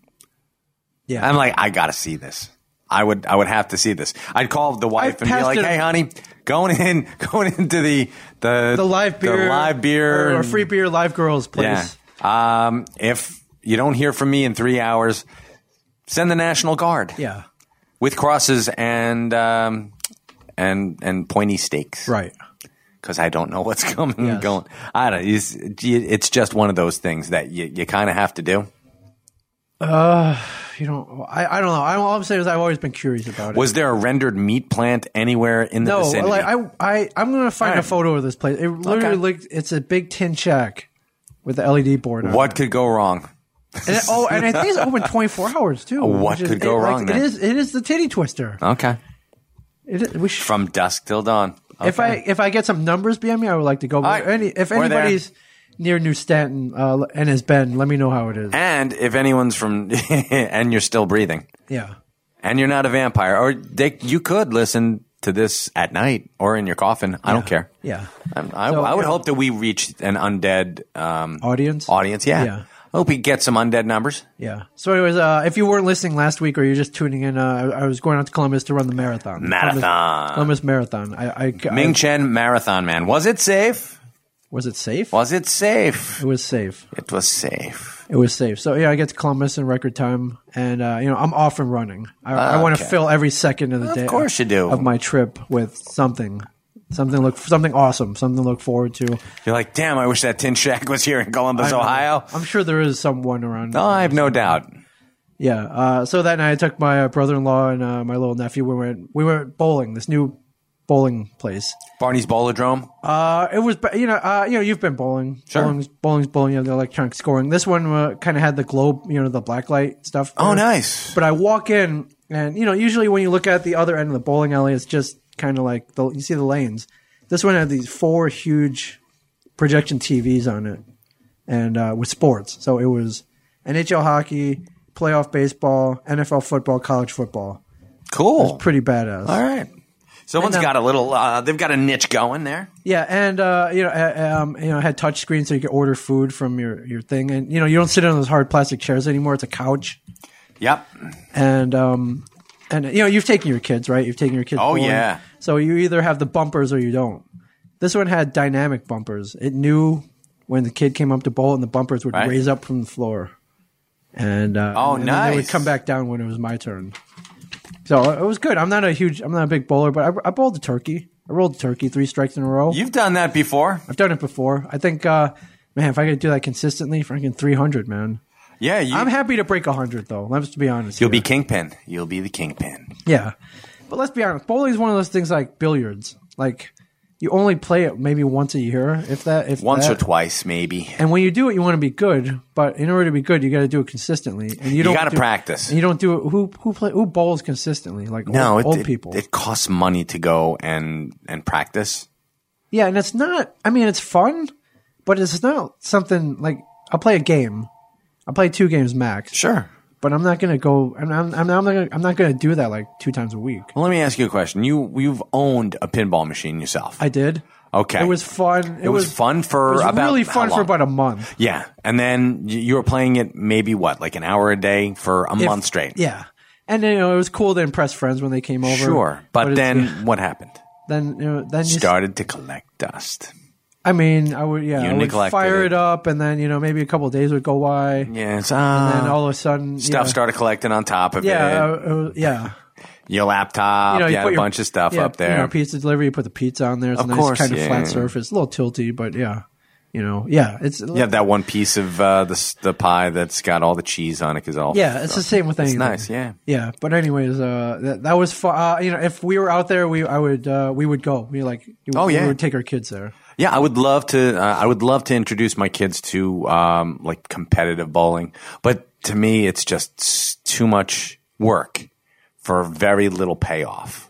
[SPEAKER 1] Yeah.
[SPEAKER 2] I'm like, I gotta see this. I would, I would have to see this. I'd call the wife and be
[SPEAKER 1] passed
[SPEAKER 2] like,
[SPEAKER 1] it-
[SPEAKER 2] Hey, honey, going in, going into the the
[SPEAKER 1] the live beer,
[SPEAKER 2] the live beer,
[SPEAKER 1] or, or free beer live girls place.
[SPEAKER 2] Yeah. Um, if you don't hear from me in three hours, send the National Guard.
[SPEAKER 1] Yeah,
[SPEAKER 2] with crosses and um, and and pointy stakes
[SPEAKER 1] right.
[SPEAKER 2] because I don't know what's coming and
[SPEAKER 1] Yes.
[SPEAKER 2] going. I don't. It's, it's just one of those things that you, you kind of have to do.
[SPEAKER 1] You know, I, I don't know. I, all I'm saying is I've always been curious about it.
[SPEAKER 2] Was there a rendered meat plant anywhere in the
[SPEAKER 1] no,
[SPEAKER 2] vicinity?
[SPEAKER 1] like I I I'm gonna find
[SPEAKER 2] All
[SPEAKER 1] a
[SPEAKER 2] right.
[SPEAKER 1] photo of this place. It literally
[SPEAKER 2] Okay.
[SPEAKER 1] looked, it's a big tin shack with the LED board. On
[SPEAKER 2] what could go wrong?
[SPEAKER 1] It. And it- oh, and I think it's open 24 hours too.
[SPEAKER 2] What
[SPEAKER 1] which is-
[SPEAKER 2] could go
[SPEAKER 1] it, like,
[SPEAKER 2] wrong,
[SPEAKER 1] It
[SPEAKER 2] then?
[SPEAKER 1] is it is the titty twister.
[SPEAKER 2] Okay,
[SPEAKER 1] It is, we should,
[SPEAKER 2] from dusk till dawn.
[SPEAKER 1] If I if I get some numbers behind me, I would like to go.
[SPEAKER 2] right.
[SPEAKER 1] But any, if
[SPEAKER 2] We're there.
[SPEAKER 1] anybody's near New Stanton uh, and has been, let me know how it is.
[SPEAKER 2] and if anyone's from and you're still breathing
[SPEAKER 1] Yeah.
[SPEAKER 2] and you're not a vampire, or they, you could listen to this at night or in your coffin. I don't care.
[SPEAKER 1] Yeah.
[SPEAKER 2] Um, I,
[SPEAKER 1] So,
[SPEAKER 2] I would
[SPEAKER 1] yeah.
[SPEAKER 2] hope that we reach an undead um,
[SPEAKER 1] Audience?
[SPEAKER 2] Audience, yeah.
[SPEAKER 1] Yeah.
[SPEAKER 2] I hope we get some undead numbers.
[SPEAKER 1] Yeah. So, anyways, uh, if you weren't listening last week or you're just tuning in, uh, I, I was going out to Columbus to run the marathon.
[SPEAKER 2] Marathon.
[SPEAKER 1] Columbus, Columbus Marathon. I, I, I-
[SPEAKER 2] Ming Chen Marathon Man. Was it safe?
[SPEAKER 1] was it safe?
[SPEAKER 2] Was it safe?
[SPEAKER 1] It was safe.
[SPEAKER 2] It was safe.
[SPEAKER 1] It was safe. So yeah, I get to Columbus in record time, and uh, you know I'm off and running. I, I want to
[SPEAKER 2] Ah, Okay.
[SPEAKER 1] fill every second of the day.
[SPEAKER 2] course you do.
[SPEAKER 1] Of my trip with something, something look something awesome, something to look forward to.
[SPEAKER 2] You're like, damn, I wish that tin shack was here in Columbus, Ohio. Oh.
[SPEAKER 1] I'm sure there is someone around.
[SPEAKER 2] No, I have no doubt.
[SPEAKER 1] Yeah. Uh, so that night, I took my uh, brother-in-law and uh, my little nephew. We went we went bowling. This new bowling place.
[SPEAKER 2] Barney's Bolodrome.
[SPEAKER 1] Uh, it was you know uh, you know you've been bowling.
[SPEAKER 2] Sure.
[SPEAKER 1] Bowling's bowling's bowling. You know the electronic scoring. This one uh, kind of had the globe. You know the black light stuff.
[SPEAKER 2] Oh,
[SPEAKER 1] there.
[SPEAKER 2] nice.
[SPEAKER 1] But I walk in, and you know, usually when you look at the other end of the bowling alley, it's just kind of like the, you see the lanes. This one had these four huge projection TVs on it, and uh, with sports. So it was NHL hockey, playoff baseball, NFL football, college football.
[SPEAKER 2] Cool.
[SPEAKER 1] Pretty badass.
[SPEAKER 2] All right. Someone's
[SPEAKER 1] And, um,
[SPEAKER 2] got a little, uh, they've got a niche going there.
[SPEAKER 1] Yeah, and uh, you know, uh, um, you know, it had touch screen so you could order food from your your thing, and you know, you don't sit on those hard plastic chairs anymore. It's a couch.
[SPEAKER 2] Yep.
[SPEAKER 1] and um and you know you've taken your kids right you've taken your kids
[SPEAKER 2] Oh,
[SPEAKER 1] bowling.
[SPEAKER 2] yeah.
[SPEAKER 1] so you either have the bumpers or you don't this one had dynamic bumpers it knew when the kid came up to bowl and the bumpers would
[SPEAKER 2] Right.
[SPEAKER 1] raise up from the floor and uh
[SPEAKER 2] Oh,
[SPEAKER 1] and then they would
[SPEAKER 2] nice.
[SPEAKER 1] come back down when it was my turn so it was good i'm not a huge i'm not a big bowler but i, I bowled a turkey i rolled a turkey three strikes in a row
[SPEAKER 2] You've done that before.
[SPEAKER 1] i've done it before i think uh man if i could do that consistently freaking 300 man
[SPEAKER 2] Yeah. You,
[SPEAKER 1] i'm happy to break 100 though let's be honest
[SPEAKER 2] you'll
[SPEAKER 1] here.
[SPEAKER 2] be kingpin. You'll be the kingpin.
[SPEAKER 1] Yeah. But let's be honest, bowling's one of those things like billiards. Like you only play it maybe once a year, if that. If
[SPEAKER 2] Once
[SPEAKER 1] that.
[SPEAKER 2] or twice, maybe.
[SPEAKER 1] And when you do it, you want to be good, but in order to be good, you got to do it consistently. And you,
[SPEAKER 2] You,
[SPEAKER 1] don't
[SPEAKER 2] got to
[SPEAKER 1] do-
[SPEAKER 2] practice.
[SPEAKER 1] And you don't do it. Who who play who bowls consistently? Like
[SPEAKER 2] no,
[SPEAKER 1] old,
[SPEAKER 2] it,
[SPEAKER 1] old
[SPEAKER 2] it-
[SPEAKER 1] people.
[SPEAKER 2] It, costs money to go and and practice.
[SPEAKER 1] yeah, and it's not. I mean, it's fun, but it's not something like I'll play a game. I'll play two games max,
[SPEAKER 2] Sure.
[SPEAKER 1] but I'm not gonna go. I'm I'm, I'm not gonna I'm not gonna do that like two times a week.
[SPEAKER 2] Well, let me ask you a question. You you've owned a pinball machine yourself.
[SPEAKER 1] I did.
[SPEAKER 2] okay.
[SPEAKER 1] It was fun. It,
[SPEAKER 2] It was, fun for
[SPEAKER 1] It was
[SPEAKER 2] about
[SPEAKER 1] really
[SPEAKER 2] how
[SPEAKER 1] fun for
[SPEAKER 2] long?
[SPEAKER 1] about a month.
[SPEAKER 2] yeah, and then y- you were playing it maybe what like an hour a day for a month straight.
[SPEAKER 1] Yeah, and you know it was cool to impress friends when they came over.
[SPEAKER 2] sure, but,
[SPEAKER 1] it's-
[SPEAKER 2] then what happened?
[SPEAKER 1] then you know then you
[SPEAKER 2] Started to collect dust.
[SPEAKER 1] I mean, I would yeah,
[SPEAKER 2] You
[SPEAKER 1] I would
[SPEAKER 2] neglected
[SPEAKER 1] fire it.
[SPEAKER 2] it.
[SPEAKER 1] up, and then you know maybe a couple of days would go by,
[SPEAKER 2] Yes,
[SPEAKER 1] and
[SPEAKER 2] ah,
[SPEAKER 1] all of a sudden
[SPEAKER 2] stuff
[SPEAKER 1] yeah,
[SPEAKER 2] started collecting on top of
[SPEAKER 1] Yeah,
[SPEAKER 2] it.
[SPEAKER 1] uh, uh, yeah.
[SPEAKER 2] Your laptop, you,
[SPEAKER 1] you
[SPEAKER 2] had
[SPEAKER 1] put
[SPEAKER 2] a
[SPEAKER 1] your-
[SPEAKER 2] bunch of stuff
[SPEAKER 1] yeah,
[SPEAKER 2] up there.
[SPEAKER 1] You know, pizza delivery, you put the pizza on there. It's
[SPEAKER 2] Of
[SPEAKER 1] a nice
[SPEAKER 2] course,
[SPEAKER 1] kind of
[SPEAKER 2] yeah,
[SPEAKER 1] flat
[SPEAKER 2] yeah.
[SPEAKER 1] surface, a little tilty, but yeah, you know, yeah, it's
[SPEAKER 2] Yeah,
[SPEAKER 1] yeah,
[SPEAKER 2] that one piece of uh, the s- the pie that's got all the cheese on it is all.
[SPEAKER 1] it's the same with anything.
[SPEAKER 2] nice. Yeah,
[SPEAKER 1] Yeah, but anyways, uh, that, that was fun. Uh, you know, if we were out there, we I would uh, we would go. We like,
[SPEAKER 2] Oh, yeah.
[SPEAKER 1] we would take our kids there.
[SPEAKER 2] yeah. I would love to. Uh, I would love to introduce my kids to um, like competitive bowling, but to me, it's just s- too much work for very little payoff.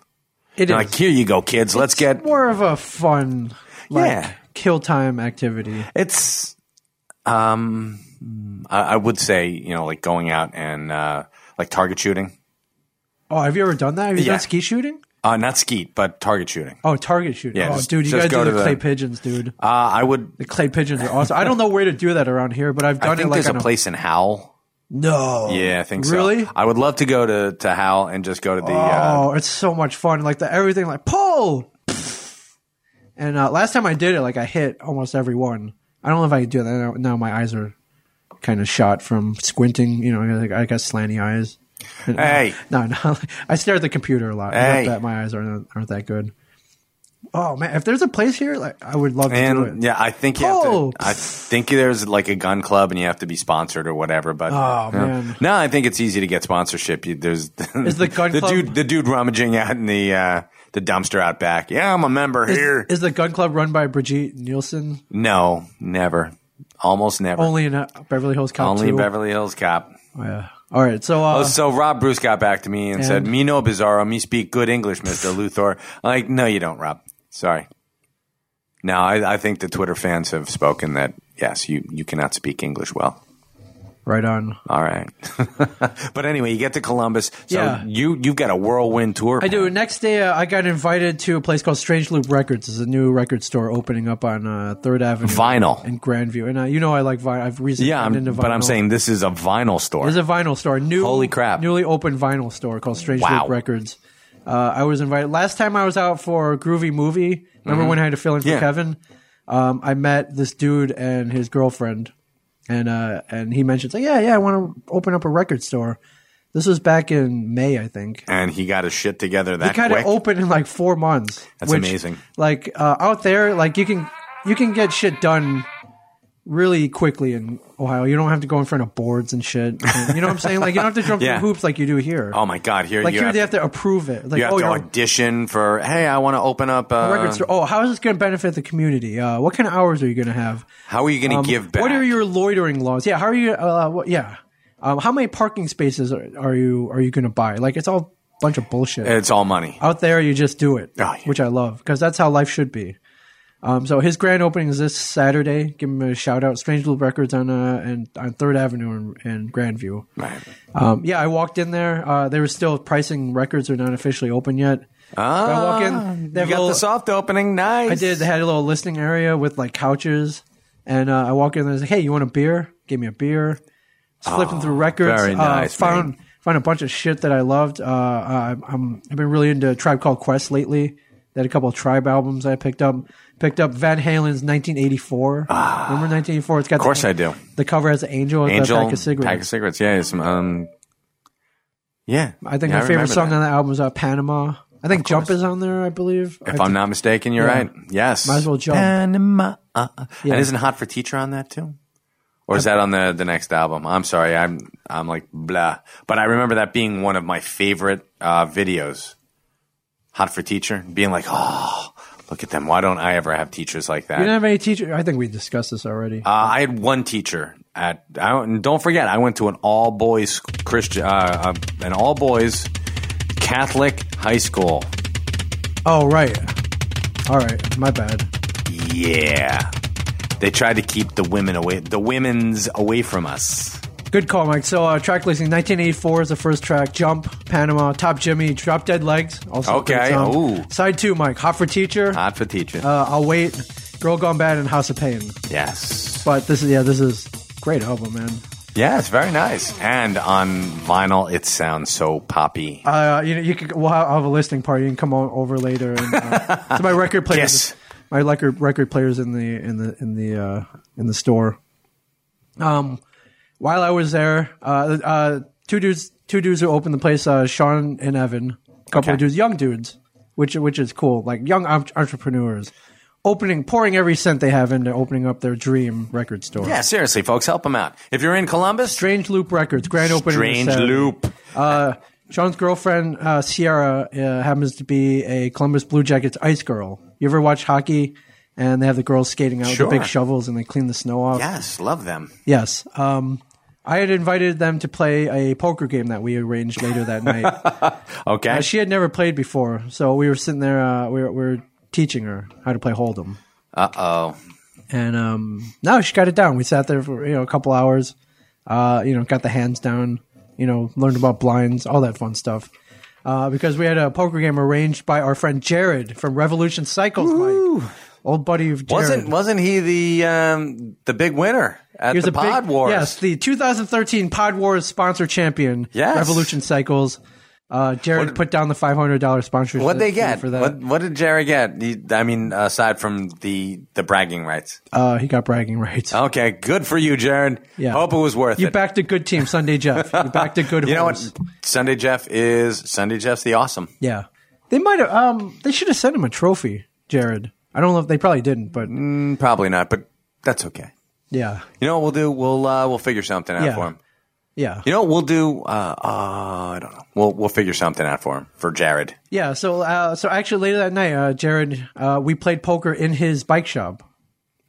[SPEAKER 1] It is
[SPEAKER 2] Like here you go, kids. Let's get.
[SPEAKER 1] more of a fun, like,
[SPEAKER 2] Yeah.
[SPEAKER 1] kill time activity.
[SPEAKER 2] It's. Um, I, I would say you know like going out and uh, like target shooting.
[SPEAKER 1] Oh, have you ever done that? Have you
[SPEAKER 2] Yeah.
[SPEAKER 1] done ski shooting?
[SPEAKER 2] Uh, not skeet, but target shooting.
[SPEAKER 1] Oh, target shooting.
[SPEAKER 2] Yeah,
[SPEAKER 1] oh,
[SPEAKER 2] just-
[SPEAKER 1] dude, you gotta
[SPEAKER 2] just go
[SPEAKER 1] do
[SPEAKER 2] to
[SPEAKER 1] the,
[SPEAKER 2] the-
[SPEAKER 1] clay pigeons, dude.
[SPEAKER 2] Uh, I would.
[SPEAKER 1] The clay pigeons are awesome. I don't know where to do that around here, but I've done
[SPEAKER 2] I think
[SPEAKER 1] it like
[SPEAKER 2] there's
[SPEAKER 1] on
[SPEAKER 2] a place in Howell.
[SPEAKER 1] No.
[SPEAKER 2] Yeah, I think so.
[SPEAKER 1] really?
[SPEAKER 2] I would love to go to, to Hal and just go to the. Uh,
[SPEAKER 1] Oh, it's so much fun. Like the everything, like pull. And uh, last time I did it, like I hit almost every one. I don't know if I can do that now. now my eyes are kind of shot from squinting. You know, I got- I got slanty eyes. And, uh,
[SPEAKER 2] Hey.
[SPEAKER 1] no, no. I stare at the computer a lot.
[SPEAKER 2] Hey.
[SPEAKER 1] Not that my eyes aren't aren't that good. Oh man, if there's a place here, like I would love to do
[SPEAKER 2] and
[SPEAKER 1] it.
[SPEAKER 2] yeah, I think you have to,
[SPEAKER 1] Oh.
[SPEAKER 2] I think there's like a gun club and you have to be sponsored or whatever. But
[SPEAKER 1] Oh
[SPEAKER 2] you know.
[SPEAKER 1] man,
[SPEAKER 2] no, I think it's easy to get sponsorship. You, there's
[SPEAKER 1] Is the gun club-
[SPEAKER 2] dude the dude rummaging out in the uh, the dumpster out back. Yeah, I'm a member here.
[SPEAKER 1] is the gun club run by Brigitte Nielsen?
[SPEAKER 2] no, never, almost never. Only,
[SPEAKER 1] Only in uh, Beverly Hills Cop.
[SPEAKER 2] Only
[SPEAKER 1] 2?
[SPEAKER 2] Beverly Hills Cop.
[SPEAKER 1] Oh, yeah. All right. So uh,
[SPEAKER 2] so Rob Bruce got back to me and, said,
[SPEAKER 1] And?
[SPEAKER 2] "Me no bizarro, me speak good English, Mister Luthor." I'm like, no, you don't, Rob. Sorry. No, I, I think the Twitter fans have spoken that yes, you you cannot speak English well.
[SPEAKER 1] right on.
[SPEAKER 2] All right, but anyway, you get to Columbus, so
[SPEAKER 1] Yeah.
[SPEAKER 2] you you've got a whirlwind tour.
[SPEAKER 1] I do. Next day, uh, I got invited to a place called Strange Loop Records. It's a new record store opening up on uh, Third Avenue,
[SPEAKER 2] Vinyl.
[SPEAKER 1] in Grandview. And uh, you know, I like vinyl. I've recently
[SPEAKER 2] Yeah,
[SPEAKER 1] gotten
[SPEAKER 2] I'm,
[SPEAKER 1] into vinyl.
[SPEAKER 2] but I'm saying this is a vinyl store.
[SPEAKER 1] there's a vinyl store. New,
[SPEAKER 2] Holy crap.
[SPEAKER 1] Newly opened vinyl store called Strange
[SPEAKER 2] Wow.
[SPEAKER 1] Loop Records. Uh, I was invited last time I was out for Groovy Movie. Remember when I had to fill in for
[SPEAKER 2] Mm-hmm. Yeah.
[SPEAKER 1] Kevin? Um, I met this dude and his girlfriend, and uh, and he mentioned like, yeah, yeah, I want to open up a record store. This was back in May, I think.
[SPEAKER 2] and he got his shit together that
[SPEAKER 1] It kind
[SPEAKER 2] quick.
[SPEAKER 1] of opened in like four months.
[SPEAKER 2] That's amazing.
[SPEAKER 1] Like uh, out there, like you can you can get shit done really quickly in Ohio. You don't have to go in front of boards and shit. And, you know what I'm saying? Like you don't have to jump
[SPEAKER 2] Yeah.
[SPEAKER 1] through hoops like you do here.
[SPEAKER 2] oh my god, here
[SPEAKER 1] like
[SPEAKER 2] you
[SPEAKER 1] here
[SPEAKER 2] have
[SPEAKER 1] they
[SPEAKER 2] to,
[SPEAKER 1] have to approve it. Like
[SPEAKER 2] you have
[SPEAKER 1] oh,
[SPEAKER 2] to
[SPEAKER 1] you're
[SPEAKER 2] audition for. Hey, I want to open up uh, a
[SPEAKER 1] a record store. Oh, how is this going to benefit the community? Uh, what kind of hours are you going to have?
[SPEAKER 2] How are you going to give back?
[SPEAKER 1] Um, What are your loitering laws? Yeah, how are you? Uh, what, yeah, um, how many parking spaces are, are you are you going to buy? Like it's all bunch of bullshit.
[SPEAKER 2] It's all money.
[SPEAKER 1] out there you just do it
[SPEAKER 2] Oh, yeah.
[SPEAKER 1] which i love because that's how life should be um, so his grand opening is this saturday give him a shout out strange Loop records on uh, and on third avenue in, in grandview
[SPEAKER 2] Right.
[SPEAKER 1] um, yeah i walked in there uh, they were still pricing records are not officially open yet
[SPEAKER 2] Ah,
[SPEAKER 1] I walk in, they
[SPEAKER 2] you
[SPEAKER 1] have a
[SPEAKER 2] got the
[SPEAKER 1] little-
[SPEAKER 2] soft opening. Nice.
[SPEAKER 1] i did they had a little listening area with like couches and uh, i walk in there and like hey you want a beer give me a beer flipping through records
[SPEAKER 2] Oh, very nice,
[SPEAKER 1] uh, found found a bunch of shit that i loved uh, I, I'm, i've been really into tribe called quest lately they had a couple of tribe albums i picked up picked up van halen's 1984 remember 1984 it's got
[SPEAKER 2] Ah. Of course, I do.
[SPEAKER 1] the cover has an angel with
[SPEAKER 2] Angel,
[SPEAKER 1] a pack of cigarettes
[SPEAKER 2] cigarettes. Yeah. Some, um, yeah.
[SPEAKER 1] i think
[SPEAKER 2] Yeah,
[SPEAKER 1] my favorite
[SPEAKER 2] remember
[SPEAKER 1] song
[SPEAKER 2] that.
[SPEAKER 1] on that album is uh, panama i think jump is on there i believe
[SPEAKER 2] If I'm not mistaken, you're right. Yes.
[SPEAKER 1] Might as well jump.
[SPEAKER 2] Panama. Uh,
[SPEAKER 1] Yeah.
[SPEAKER 2] And isn't Hot for Teacher on that too? Or is that on the, the next album? I'm sorry. I'm I'm like blah. But I remember that being one of my favorite uh, videos. Hot for Teacher. Being like, oh, Look at them. Why don't I ever have teachers like that?
[SPEAKER 1] You didn't have any teacher. I think we discussed this already.
[SPEAKER 2] Uh, I had one teacher at. I, don't- and don't forget, I went to an all boys Christian, uh, uh, an all boys Catholic high school.
[SPEAKER 1] oh right. All right, my bad.
[SPEAKER 2] Yeah, they tried to keep the women away, the women's away from us.
[SPEAKER 1] Good call, Mike. So uh, track listing: 1984 is the first track. Jump, Panama, Top Jimmy, Drop Dead Legs. Also a
[SPEAKER 2] Okay,
[SPEAKER 1] great song.
[SPEAKER 2] ooh.
[SPEAKER 1] Side two, Mike. Hot for Teacher.
[SPEAKER 2] Not for teachers.
[SPEAKER 1] Uh, I'll wait. Girl Gone Bad and House of Pain.
[SPEAKER 2] yes,
[SPEAKER 1] But this is yeah, this is great album, man.
[SPEAKER 2] yeah, it's very nice. And on vinyl, it sounds so poppy.
[SPEAKER 1] Uh, you know, you could we'll have, I'll have a listening party. You can come on over later. And, uh, so my record players,
[SPEAKER 2] Yes.
[SPEAKER 1] my record record players in the in the in the uh, in the store. Um, while I was there, uh, uh, two dudes two dudes who opened the place, uh, Sean and Evan, a couple
[SPEAKER 2] Okay.
[SPEAKER 1] of dudes, young dudes, which which is cool, like young en- entrepreneurs, opening pouring every cent they have into opening up their dream record store.
[SPEAKER 2] yeah, seriously, folks, help them out. If you're in Columbus,
[SPEAKER 1] Strange Loop Records, grand opening. this
[SPEAKER 2] Strange
[SPEAKER 1] Saturday.
[SPEAKER 2] Loop.
[SPEAKER 1] Uh, Sean's girlfriend uh, Sierra uh, happens to be a Columbus Blue Jackets ice girl. You ever watch hockey? And they have the girls skating out
[SPEAKER 2] Sure.
[SPEAKER 1] with the big shovels, and they clean the snow off.
[SPEAKER 2] Yes, love them.
[SPEAKER 1] Yes. Um, I had invited them to play a poker game that we arranged later that night.
[SPEAKER 2] Okay.
[SPEAKER 1] Uh, she had never played before, so we were sitting there. Uh, we, were, we were teaching her how to play hold'em,
[SPEAKER 2] Uh oh.
[SPEAKER 1] and um, no, she got it down. We sat there for you know a couple hours. Uh, you know, got the hands down. You know, learned about blinds, all that fun stuff. Uh, because we had a poker game arranged by our friend Jared from Revolution Cycles, Mike, old buddy of Jared.
[SPEAKER 2] Wasn't wasn't he the um, the big winner at
[SPEAKER 1] He was
[SPEAKER 2] the
[SPEAKER 1] a big-
[SPEAKER 2] Pod Wars?
[SPEAKER 1] Yes, the 2013 Pod Wars sponsor champion.
[SPEAKER 2] Yes.
[SPEAKER 1] Revolution Cycles. Uh, Jared put down the $500 sponsorship.
[SPEAKER 2] What they
[SPEAKER 1] fee
[SPEAKER 2] get?
[SPEAKER 1] for that?
[SPEAKER 2] What, what did Jerry get? He, I mean, aside from the the bragging rights.
[SPEAKER 1] Uh, he got bragging rights.
[SPEAKER 2] Okay, good for you, Jared.
[SPEAKER 1] Yeah.
[SPEAKER 2] Hope it was worth
[SPEAKER 1] you
[SPEAKER 2] Oh, it.
[SPEAKER 1] backed a good team, Sunday Jeff. You backed a good.
[SPEAKER 2] you know
[SPEAKER 1] horse.
[SPEAKER 2] what? Sunday Jeff is Sunday Jeff's the awesome.
[SPEAKER 1] Yeah, they might have. Um, they should have sent him a trophy, Jared. I don't know if they probably didn't, but
[SPEAKER 2] Mm, Probably not, but that's okay.
[SPEAKER 1] yeah,
[SPEAKER 2] You know what we'll do? We'll uh, we'll figure something out
[SPEAKER 1] Yeah.
[SPEAKER 2] for him.
[SPEAKER 1] yeah,
[SPEAKER 2] You know what we'll do? Uh, uh, I don't know. We'll we'll figure something out for him for Jared.
[SPEAKER 1] yeah. So, uh, so actually, later that night, uh, Jared, uh, we played poker in his bike shop,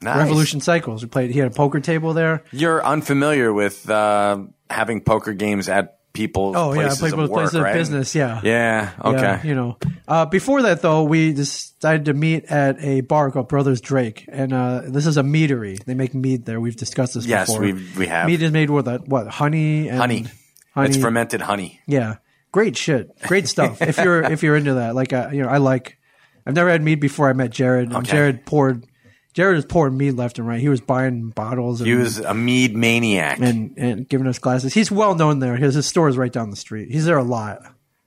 [SPEAKER 2] Nice.
[SPEAKER 1] Revolution Cycles. We played. He had a poker table there.
[SPEAKER 2] You're unfamiliar with uh, having poker games at people's
[SPEAKER 1] Oh yeah, I
[SPEAKER 2] places
[SPEAKER 1] played
[SPEAKER 2] of
[SPEAKER 1] both
[SPEAKER 2] work,
[SPEAKER 1] places
[SPEAKER 2] right?
[SPEAKER 1] of business. Yeah,
[SPEAKER 2] Yeah. Okay.
[SPEAKER 1] Yeah, you know, uh, before that though, we decided to meet at a bar called Brothers Drake, and uh, this is a meadery. They make mead there. We've discussed this.
[SPEAKER 2] Yes,
[SPEAKER 1] before.
[SPEAKER 2] we've- we have.
[SPEAKER 1] Mead is made with uh, what honey? And
[SPEAKER 2] honey.
[SPEAKER 1] honey.
[SPEAKER 2] It's fermented honey.
[SPEAKER 1] Yeah, great shit, great stuff. if you're if you're into that, like uh, you know, I like. I've never had mead before. I met Jared. and
[SPEAKER 2] Okay.
[SPEAKER 1] Jared poured. Jared was pouring mead left and right. He was buying bottles and,
[SPEAKER 2] He was a mead maniac.
[SPEAKER 1] and and giving us glasses. He's well known there. His, his store is right down the street. He's there a lot.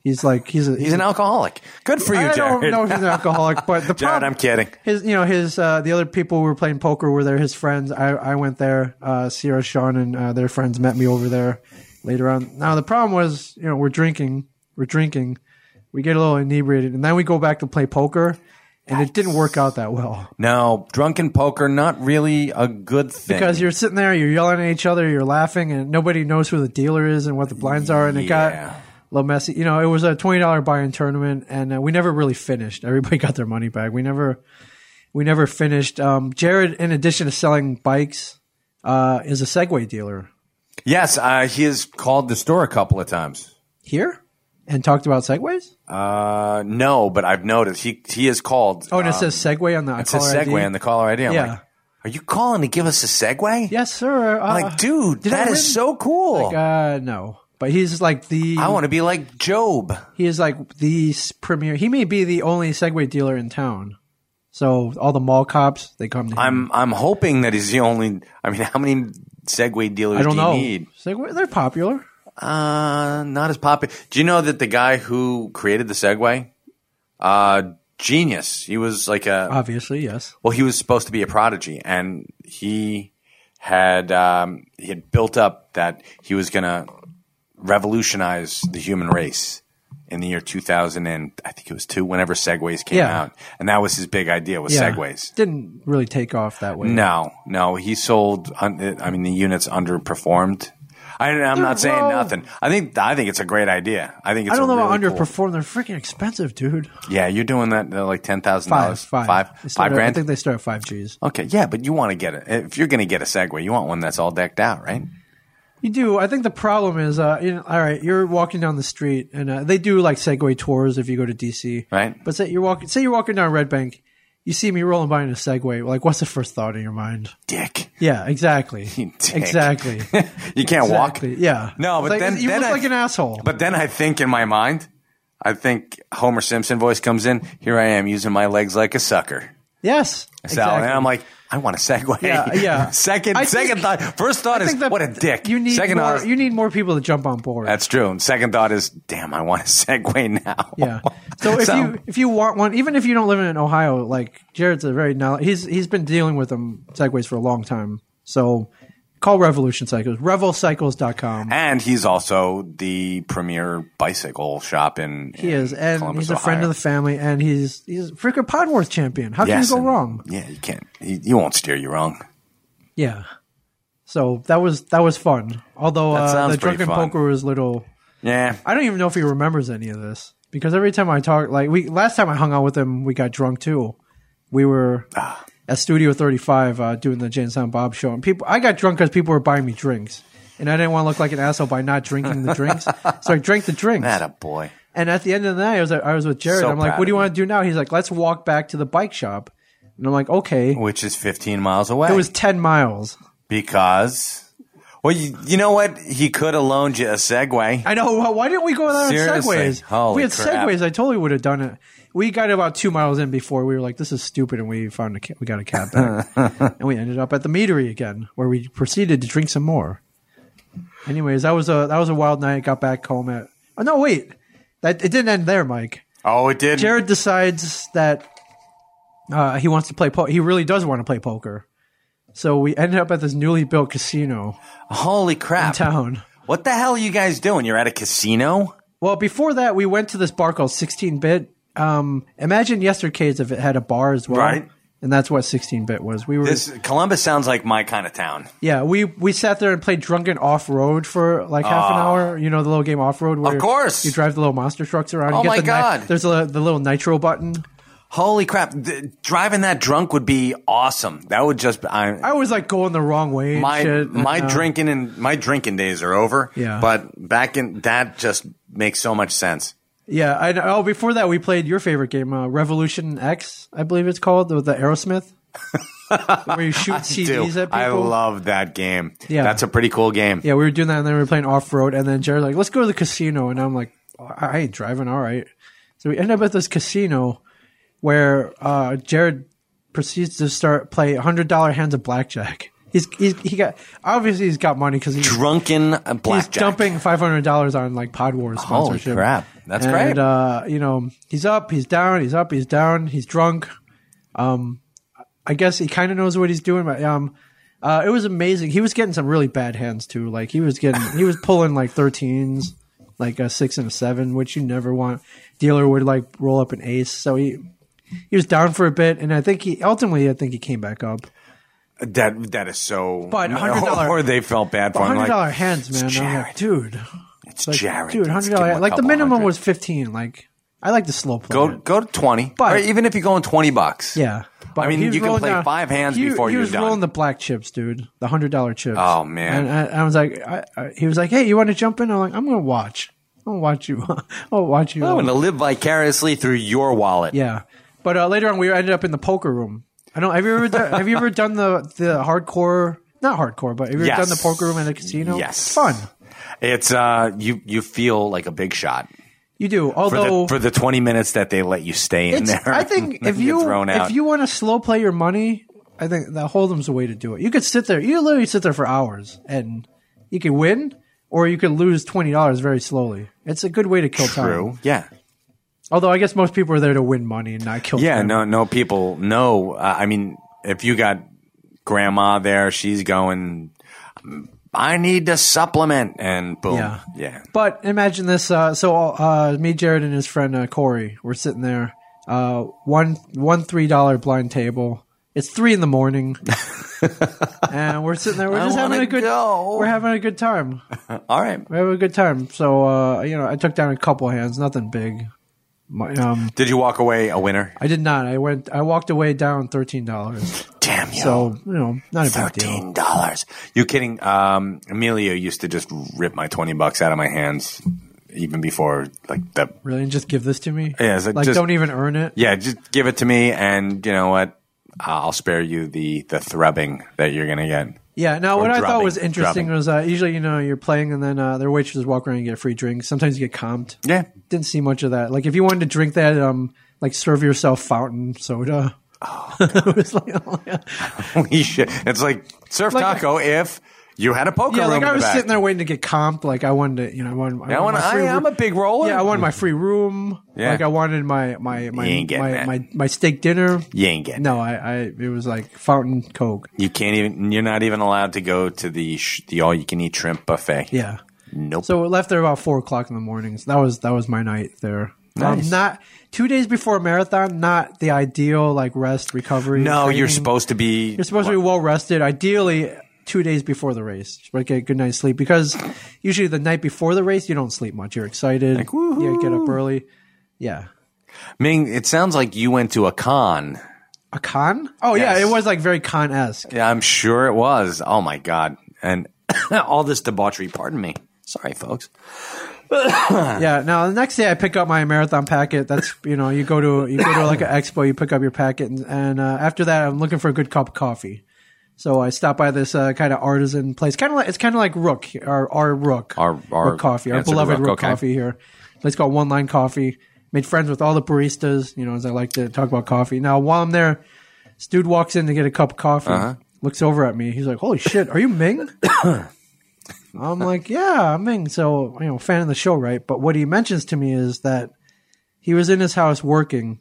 [SPEAKER 1] He's like he's a,
[SPEAKER 2] He's an alcoholic. Good for you,
[SPEAKER 1] I
[SPEAKER 2] Jared.
[SPEAKER 1] don't know if he's an alcoholic, but the
[SPEAKER 2] Jared,
[SPEAKER 1] problem,
[SPEAKER 2] I'm kidding.
[SPEAKER 1] His, you know, his uh, the other people who were playing poker were there. His friends. I, I went there. Uh, Sierra, Sean, and uh, their friends met me over there later on. Now the problem was, you know, we're drinking, we're drinking, we get a little inebriated, and then we go back to play poker, and it didn't work out that well
[SPEAKER 2] No, drunken poker not really a good thing.
[SPEAKER 1] because you're sitting there, you're yelling at each other, you're laughing, and nobody knows who the dealer is and what the blinds are, and it got
[SPEAKER 2] Yeah.
[SPEAKER 1] a little messy. You know, it was a twenty dollar buy-in tournament, and uh, we never really finished. Everybody got their money back. We never, we never finished. Um, Jared, in addition to selling bikes, uh, is a Segway dealer
[SPEAKER 2] yes, uh, he has called the store a couple of times.
[SPEAKER 1] here and talked about Segways.
[SPEAKER 2] Uh, no, but I've noticed he he has called.
[SPEAKER 1] Oh, and
[SPEAKER 2] uh,
[SPEAKER 1] it says Segway on the.
[SPEAKER 2] it's a segue on the caller ID. I'm
[SPEAKER 1] Yeah.
[SPEAKER 2] like, are you calling to give us a segue?
[SPEAKER 1] Yes, sir. Uh,
[SPEAKER 2] I'm like, dude,
[SPEAKER 1] did I
[SPEAKER 2] that
[SPEAKER 1] win?
[SPEAKER 2] is so cool.
[SPEAKER 1] Uh, no, but he's like the.
[SPEAKER 2] I want to be like Job.
[SPEAKER 1] he is like the s- premier. He may be the only Segway dealer in town. So all the mall cops they come to him.
[SPEAKER 2] I'm I'm hoping that he's the only. I mean, how many Segway dealers
[SPEAKER 1] I don't
[SPEAKER 2] do you
[SPEAKER 1] know.
[SPEAKER 2] need?
[SPEAKER 1] Segway, they're popular.
[SPEAKER 2] Uh, not as popular. Do you know that the guy who created the Segway, uh, genius? He was like a
[SPEAKER 1] Obviously, yes.
[SPEAKER 2] well, he was supposed to be a prodigy, and he had um, he had built up that he was going to revolutionize the human race in the year 2000 and I think it was two whenever Segways came
[SPEAKER 1] Yeah.
[SPEAKER 2] out, and that was his big idea was
[SPEAKER 1] Yeah.
[SPEAKER 2] Segways.
[SPEAKER 1] didn't really take off that way.
[SPEAKER 2] No, no, he sold. un- I mean, the units underperformed. I, I'm not saying
[SPEAKER 1] Well-
[SPEAKER 2] nothing. I think I think it's a great idea. I think it's
[SPEAKER 1] I don't
[SPEAKER 2] a
[SPEAKER 1] know how
[SPEAKER 2] really cool-
[SPEAKER 1] underperform. They're freaking expensive, dude.
[SPEAKER 2] Yeah, you're doing that uh, like ten thousand
[SPEAKER 1] Five,
[SPEAKER 2] dollars,
[SPEAKER 1] five, They
[SPEAKER 2] five,
[SPEAKER 1] start
[SPEAKER 2] five
[SPEAKER 1] at- I
[SPEAKER 2] grand.
[SPEAKER 1] think they start at five G's.
[SPEAKER 2] okay, yeah, but you want to get it if you're going to get a Segway, you want one that's all decked out, right?
[SPEAKER 1] You do. I think the problem is, uh, you know, all right, you're walking down the street, and uh, they do like Segway tours if you go to DC,
[SPEAKER 2] Right.
[SPEAKER 1] But say you're walking, say you're walking down Red Bank, you see me rolling by in a Segway. Like, what's the first thought in your mind?
[SPEAKER 2] Dick,
[SPEAKER 1] Yeah, exactly,
[SPEAKER 2] You dick.
[SPEAKER 1] exactly,
[SPEAKER 2] you can't walk.
[SPEAKER 1] exactly. Yeah.
[SPEAKER 2] No,
[SPEAKER 1] It's
[SPEAKER 2] but
[SPEAKER 1] like,
[SPEAKER 2] then-
[SPEAKER 1] you
[SPEAKER 2] then
[SPEAKER 1] look
[SPEAKER 2] I-
[SPEAKER 1] like an asshole.
[SPEAKER 2] But then I think in my mind, I think Homer Simpson voice comes in. Here I am using my legs like a sucker.
[SPEAKER 1] yes,
[SPEAKER 2] So and I'm like, I want a Segway.
[SPEAKER 1] Yeah, yeah.
[SPEAKER 2] second,
[SPEAKER 1] I
[SPEAKER 2] second
[SPEAKER 1] think-
[SPEAKER 2] thought. First thought is
[SPEAKER 1] that
[SPEAKER 2] what a dick.
[SPEAKER 1] You need
[SPEAKER 2] second
[SPEAKER 1] more.
[SPEAKER 2] thought. is-
[SPEAKER 1] You need more people to jump on board.
[SPEAKER 2] that's true. And second thought is, damn, I want a Segway now.
[SPEAKER 1] Yeah. So if you if you want one, even if you don't live in Ohio, like Jared's a very now he's he's been dealing with them segways for a long time. So call Revolution Cycles, revelcycles.com.
[SPEAKER 2] And he's also the premier bicycle shop in.
[SPEAKER 1] He is, and he's a friend of the family, and he's he's a freaking Podworth champion. How can you go wrong?
[SPEAKER 2] Yeah, you can't. He, he won't steer you wrong.
[SPEAKER 1] Yeah. So that was that was fun. Although uh,
[SPEAKER 2] sounds
[SPEAKER 1] the
[SPEAKER 2] pretty
[SPEAKER 1] drunken
[SPEAKER 2] fun.
[SPEAKER 1] poker was little.
[SPEAKER 2] Yeah,
[SPEAKER 1] I don't even know if he remembers any of this because every time I talk, like we last time I hung out with him, we got drunk too. We were
[SPEAKER 2] Ah.
[SPEAKER 1] at Studio Thirty Five uh, doing the Jane Silent Bob show, and people I got drunk because people were buying me drinks, and I didn't want to look like an asshole by not drinking the drinks, so I drank the drinks.
[SPEAKER 2] that a boy.
[SPEAKER 1] And at the end of the night, I was I was with Jared.
[SPEAKER 2] So
[SPEAKER 1] I'm like,
[SPEAKER 2] proud
[SPEAKER 1] "What do you
[SPEAKER 2] of
[SPEAKER 1] want to do now?" He's like, "Let's walk back to the bike shop," and I'm like, "Okay."
[SPEAKER 2] Which is 15 miles away.
[SPEAKER 1] It was ten miles.
[SPEAKER 2] because. Well, you, you know what? He could have loaned you a Segway.
[SPEAKER 1] I know. Why- Why didn't we go out on
[SPEAKER 2] Seriously.
[SPEAKER 1] segways?
[SPEAKER 2] Holy
[SPEAKER 1] we had
[SPEAKER 2] crap.
[SPEAKER 1] segways. I totally would have done it. We got about two miles in before we were like, "This is stupid," and we found a ca- we got a cab back, and we ended up at the meadery again, where we proceeded to drink some more. Anyways, that was a that was a wild night. Got back home at oh no wait, that it didn't end there, Mike.
[SPEAKER 2] Oh, it did.
[SPEAKER 1] Jared decides that uh, he wants to play. Po- he really does want to play poker, so we ended up at this newly built casino
[SPEAKER 2] Holy crap.
[SPEAKER 1] town.
[SPEAKER 2] What the hell are you guys doing? You're at a casino?
[SPEAKER 1] Well, before that, we went to this bar called 16 Bit. Um, imagine yesterdays if it had a bar as well,
[SPEAKER 2] Right.
[SPEAKER 1] And that's what 16 Bit was. We were,
[SPEAKER 2] This Columbus sounds like my kind of town.
[SPEAKER 1] yeah, we we sat there and played Drunken Off Road for like half an hour. You know the little game Off Road, where
[SPEAKER 2] Ah. Of course.
[SPEAKER 1] you drive the little monster trucks around.
[SPEAKER 2] Oh
[SPEAKER 1] you
[SPEAKER 2] my
[SPEAKER 1] the ni-
[SPEAKER 2] God.
[SPEAKER 1] there's a, the little nitro button.
[SPEAKER 2] Holy crap. Th- driving that drunk would be awesome. That would just I,
[SPEAKER 1] I was like going the wrong way. and
[SPEAKER 2] my
[SPEAKER 1] shit,
[SPEAKER 2] my
[SPEAKER 1] and, uh,
[SPEAKER 2] drinking and my drinking days are over.
[SPEAKER 1] Yeah.
[SPEAKER 2] But back in that just makes so much sense.
[SPEAKER 1] yeah. I, oh, before that, we played your favorite game, uh, Revolution X, I believe it's called, with the Aerosmith, where you shoot CDs
[SPEAKER 2] Dude,
[SPEAKER 1] at people.
[SPEAKER 2] I love that game.
[SPEAKER 1] Yeah.
[SPEAKER 2] That's a pretty cool game.
[SPEAKER 1] Yeah, we were doing that, and then we were playing off road. And then Jared's like, "Let's go to the casino," and I'm like, "I I ain't driving, all right." So we end up at this casino where uh, Jared proceeds to start play hundred dollar hands of blackjack. He's, he's he got obviously he's got money because he's,
[SPEAKER 2] Drunken uh,
[SPEAKER 1] he's
[SPEAKER 2] blackjack.
[SPEAKER 1] dumping five hundred dollars on like Pod Wars
[SPEAKER 2] Holy
[SPEAKER 1] sponsorship.
[SPEAKER 2] crap. That's
[SPEAKER 1] and,
[SPEAKER 2] great.
[SPEAKER 1] uh, you know, he's up, he's down, he's up, he's down, he's drunk. Um, I guess he kind of knows what he's doing, but um, uh, it was amazing. He was getting some really bad hands too. Like he was getting, he was pulling like thirteens, like a six and a seven, which you never want. Dealer would like roll up an ace, so he he was down for a bit, and I think he ultimately, I think he came back up.
[SPEAKER 2] that that is so
[SPEAKER 1] But $100
[SPEAKER 2] or they felt bad for him.
[SPEAKER 1] Hundred
[SPEAKER 2] Like,
[SPEAKER 1] dollar hands, man. I'm like,
[SPEAKER 2] Jared.
[SPEAKER 1] dude,
[SPEAKER 2] it's
[SPEAKER 1] like,
[SPEAKER 2] Jared.
[SPEAKER 1] dude,
[SPEAKER 2] Let's
[SPEAKER 1] hundred
[SPEAKER 2] give him
[SPEAKER 1] dollar.
[SPEAKER 2] a
[SPEAKER 1] Like the
[SPEAKER 2] couple
[SPEAKER 1] minimum
[SPEAKER 2] hundred.
[SPEAKER 1] was fifteen. Like I like the slow play.
[SPEAKER 2] Go
[SPEAKER 1] it.
[SPEAKER 2] go to twenty,
[SPEAKER 1] But-
[SPEAKER 2] or even if you go in twenty bucks.
[SPEAKER 1] Yeah. But
[SPEAKER 2] I mean,
[SPEAKER 1] he was
[SPEAKER 2] you can
[SPEAKER 1] rolling
[SPEAKER 2] play five hands
[SPEAKER 1] he,
[SPEAKER 2] before
[SPEAKER 1] he
[SPEAKER 2] you're
[SPEAKER 1] was
[SPEAKER 2] done.
[SPEAKER 1] rolling the black chips, dude. The hundred dollar chips.
[SPEAKER 2] Oh, man.
[SPEAKER 1] And I, I was like, I, I, he was like, "Hey, you want to jump in?" I'm like, "I'm gonna watch. I'm gonna watch you. I'll watch you."
[SPEAKER 2] I'm going to live vicariously through your wallet.
[SPEAKER 1] yeah. But uh, later on, we ended up in the poker room. I don't. Have you ever done, have you ever done the the hardcore? Not hardcore, but have you ever done
[SPEAKER 2] Yes.
[SPEAKER 1] the poker room at a casino?
[SPEAKER 2] Yes.
[SPEAKER 1] fun.
[SPEAKER 2] It's uh, you you feel like a big shot
[SPEAKER 1] You do.
[SPEAKER 2] for
[SPEAKER 1] Although
[SPEAKER 2] the for the 20 minutes that they let you stay in
[SPEAKER 1] It's-
[SPEAKER 2] there.
[SPEAKER 1] I think if
[SPEAKER 2] get
[SPEAKER 1] you
[SPEAKER 2] thrown out.
[SPEAKER 1] if you want to slow play your money, I think that Hold'em's the way to do it. You could sit there, you literally sit there for hours, and you could win, or you could lose twenty dollars very slowly. It's a good way to kill time.
[SPEAKER 2] true, yeah,
[SPEAKER 1] Although I guess most people are there to win money and not kill
[SPEAKER 2] yeah.
[SPEAKER 1] time.
[SPEAKER 2] No, no people. No, uh, I mean, if you got grandma there, she's going. I need to supplement, and boom,
[SPEAKER 1] Yeah.
[SPEAKER 2] yeah.
[SPEAKER 1] But imagine this. Uh, so uh, me, Jared, and his friend uh, Corey were sitting there. Uh, one one three dollar blind table. It's three in the morning. and we're sitting there. We're
[SPEAKER 2] I
[SPEAKER 1] just having
[SPEAKER 2] wanna
[SPEAKER 1] a good.
[SPEAKER 2] go.
[SPEAKER 1] We're having a good time.
[SPEAKER 2] All right.
[SPEAKER 1] We're having a good time. So uh, you know, I took down a couple hands, nothing big. My, um,
[SPEAKER 2] Did you walk away a winner?
[SPEAKER 1] I did not. I went. I walked away down thirteen dollars.
[SPEAKER 2] Damn you.
[SPEAKER 1] So you know, not a big deal.
[SPEAKER 2] Oh. Thirteen dollars. You kidding? Um, Emilio used to just rip my twenty bucks out of my hands, even before like the
[SPEAKER 1] Really, and just give this to me.
[SPEAKER 2] Yeah, it's like
[SPEAKER 1] like
[SPEAKER 2] just-
[SPEAKER 1] don't even earn it.
[SPEAKER 2] yeah. Just give it to me, and you know what? I'll spare you the the thrubbing that you're gonna get.
[SPEAKER 1] Yeah. Now,
[SPEAKER 2] Or
[SPEAKER 1] what I thought
[SPEAKER 2] drubbing,
[SPEAKER 1] was interesting
[SPEAKER 2] drubbing.
[SPEAKER 1] was uh, usually you know you're playing and then uh, their waitresses walk around and you get free drinks. Sometimes you get comped.
[SPEAKER 2] Yeah.
[SPEAKER 1] Didn't see much of that. Like if you wanted to drink that, um, like serve yourself fountain soda. it was like, oh, yeah.
[SPEAKER 2] Holy shit! It's like surf
[SPEAKER 1] Like-
[SPEAKER 2] taco if you had a poker
[SPEAKER 1] Yeah,
[SPEAKER 2] room.
[SPEAKER 1] like
[SPEAKER 2] in
[SPEAKER 1] I
[SPEAKER 2] the
[SPEAKER 1] was
[SPEAKER 2] back.
[SPEAKER 1] sitting there waiting to get comped. Like I wanted to, you know, I wanted. wanted
[SPEAKER 2] I wanna-
[SPEAKER 1] my free
[SPEAKER 2] I- I'm
[SPEAKER 1] roo-
[SPEAKER 2] a big roller.
[SPEAKER 1] Yeah, I wanted my free room.
[SPEAKER 2] Yeah.
[SPEAKER 1] Like I wanted my my
[SPEAKER 2] You
[SPEAKER 1] my
[SPEAKER 2] ain't getting
[SPEAKER 1] my,
[SPEAKER 2] that.
[SPEAKER 1] my my steak dinner.
[SPEAKER 2] You ain't getting.
[SPEAKER 1] No, I, I it was like fountain coke.
[SPEAKER 2] You can't even. You're not even allowed to go to the sh- the all you can eat shrimp buffet.
[SPEAKER 1] Yeah.
[SPEAKER 2] Nope.
[SPEAKER 1] So we left there about four o'clock in the morning. So that was that was my night there. Um,
[SPEAKER 2] Nice.
[SPEAKER 1] not two days before a marathon. Not the ideal like rest recovery.
[SPEAKER 2] no, you're
[SPEAKER 1] training.
[SPEAKER 2] supposed to be.
[SPEAKER 1] You're supposed to be well rested. Ideally, two days before the race, Just get a good night's sleep because usually the night before the race you don't sleep much. You're excited. Like, you get up early. Yeah.
[SPEAKER 2] Ming, it sounds like you went to a con.
[SPEAKER 1] A con? Oh
[SPEAKER 2] Yes.
[SPEAKER 1] yeah, it was like very con esque.
[SPEAKER 2] Yeah, I'm sure it was. Oh my god! And all this debauchery. Pardon me. Sorry, folks.
[SPEAKER 1] Yeah. Now the next day, I pick up my marathon packet. That's you know, you go to you go to like an expo, you pick up your packet, and, and uh, after that, I'm looking for a good cup of coffee. So I stop by this uh, kind of artisan place, kind of like it's kind of like Rook, our our Rook,
[SPEAKER 2] Our- our-
[SPEAKER 1] Rook coffee, our
[SPEAKER 2] it's a
[SPEAKER 1] beloved
[SPEAKER 2] Rook,
[SPEAKER 1] Rook
[SPEAKER 2] okay.
[SPEAKER 1] coffee here. Place called One Line Coffee. Made friends with all the baristas, you know, as I like to talk about coffee. Now while I'm there, this dude walks in to get a cup of coffee,
[SPEAKER 2] Uh-huh.
[SPEAKER 1] looks over at me, he's like, "Holy shit, are you Ming?" I'm like, yeah, I mean, so you know, fan of the show, right? But what he mentions to me is that he was in his house working.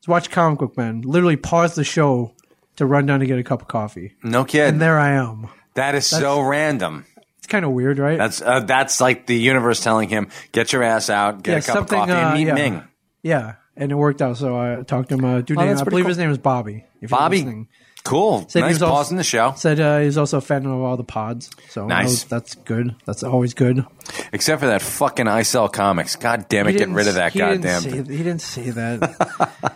[SPEAKER 1] He's watched Comic Book Man. Literally paused the show to run down to get a cup of coffee,
[SPEAKER 2] No kid.
[SPEAKER 1] and there I am.
[SPEAKER 2] that is so random.
[SPEAKER 1] It's kind of weird, right?
[SPEAKER 2] That's uh, that's like the universe telling him, "Get your ass out, get
[SPEAKER 1] Yeah,
[SPEAKER 2] a cup of
[SPEAKER 1] something,
[SPEAKER 2] coffee,
[SPEAKER 1] uh,
[SPEAKER 2] and meet
[SPEAKER 1] yeah.
[SPEAKER 2] Ming."
[SPEAKER 1] yeah, and it worked out. So I talked to him. Uh, dude,
[SPEAKER 2] Oh,
[SPEAKER 1] name,
[SPEAKER 2] that's
[SPEAKER 1] I
[SPEAKER 2] pretty
[SPEAKER 1] believe
[SPEAKER 2] cool.
[SPEAKER 1] his name is Bobby. if you're
[SPEAKER 2] Bobby,
[SPEAKER 1] listening.
[SPEAKER 2] cool.
[SPEAKER 1] Said he
[SPEAKER 2] nice
[SPEAKER 1] was
[SPEAKER 2] pause
[SPEAKER 1] also-
[SPEAKER 2] in the show.
[SPEAKER 1] Said uh, he's also a fan of all the pods. So that
[SPEAKER 2] Nice.
[SPEAKER 1] was- that's good. That's always good.
[SPEAKER 2] Except for that fucking Icel Comics. God damn it, get
[SPEAKER 1] didn't-
[SPEAKER 2] rid of that
[SPEAKER 1] he
[SPEAKER 2] goddamn.
[SPEAKER 1] Didn't
[SPEAKER 2] thing.
[SPEAKER 1] say, he didn't say that.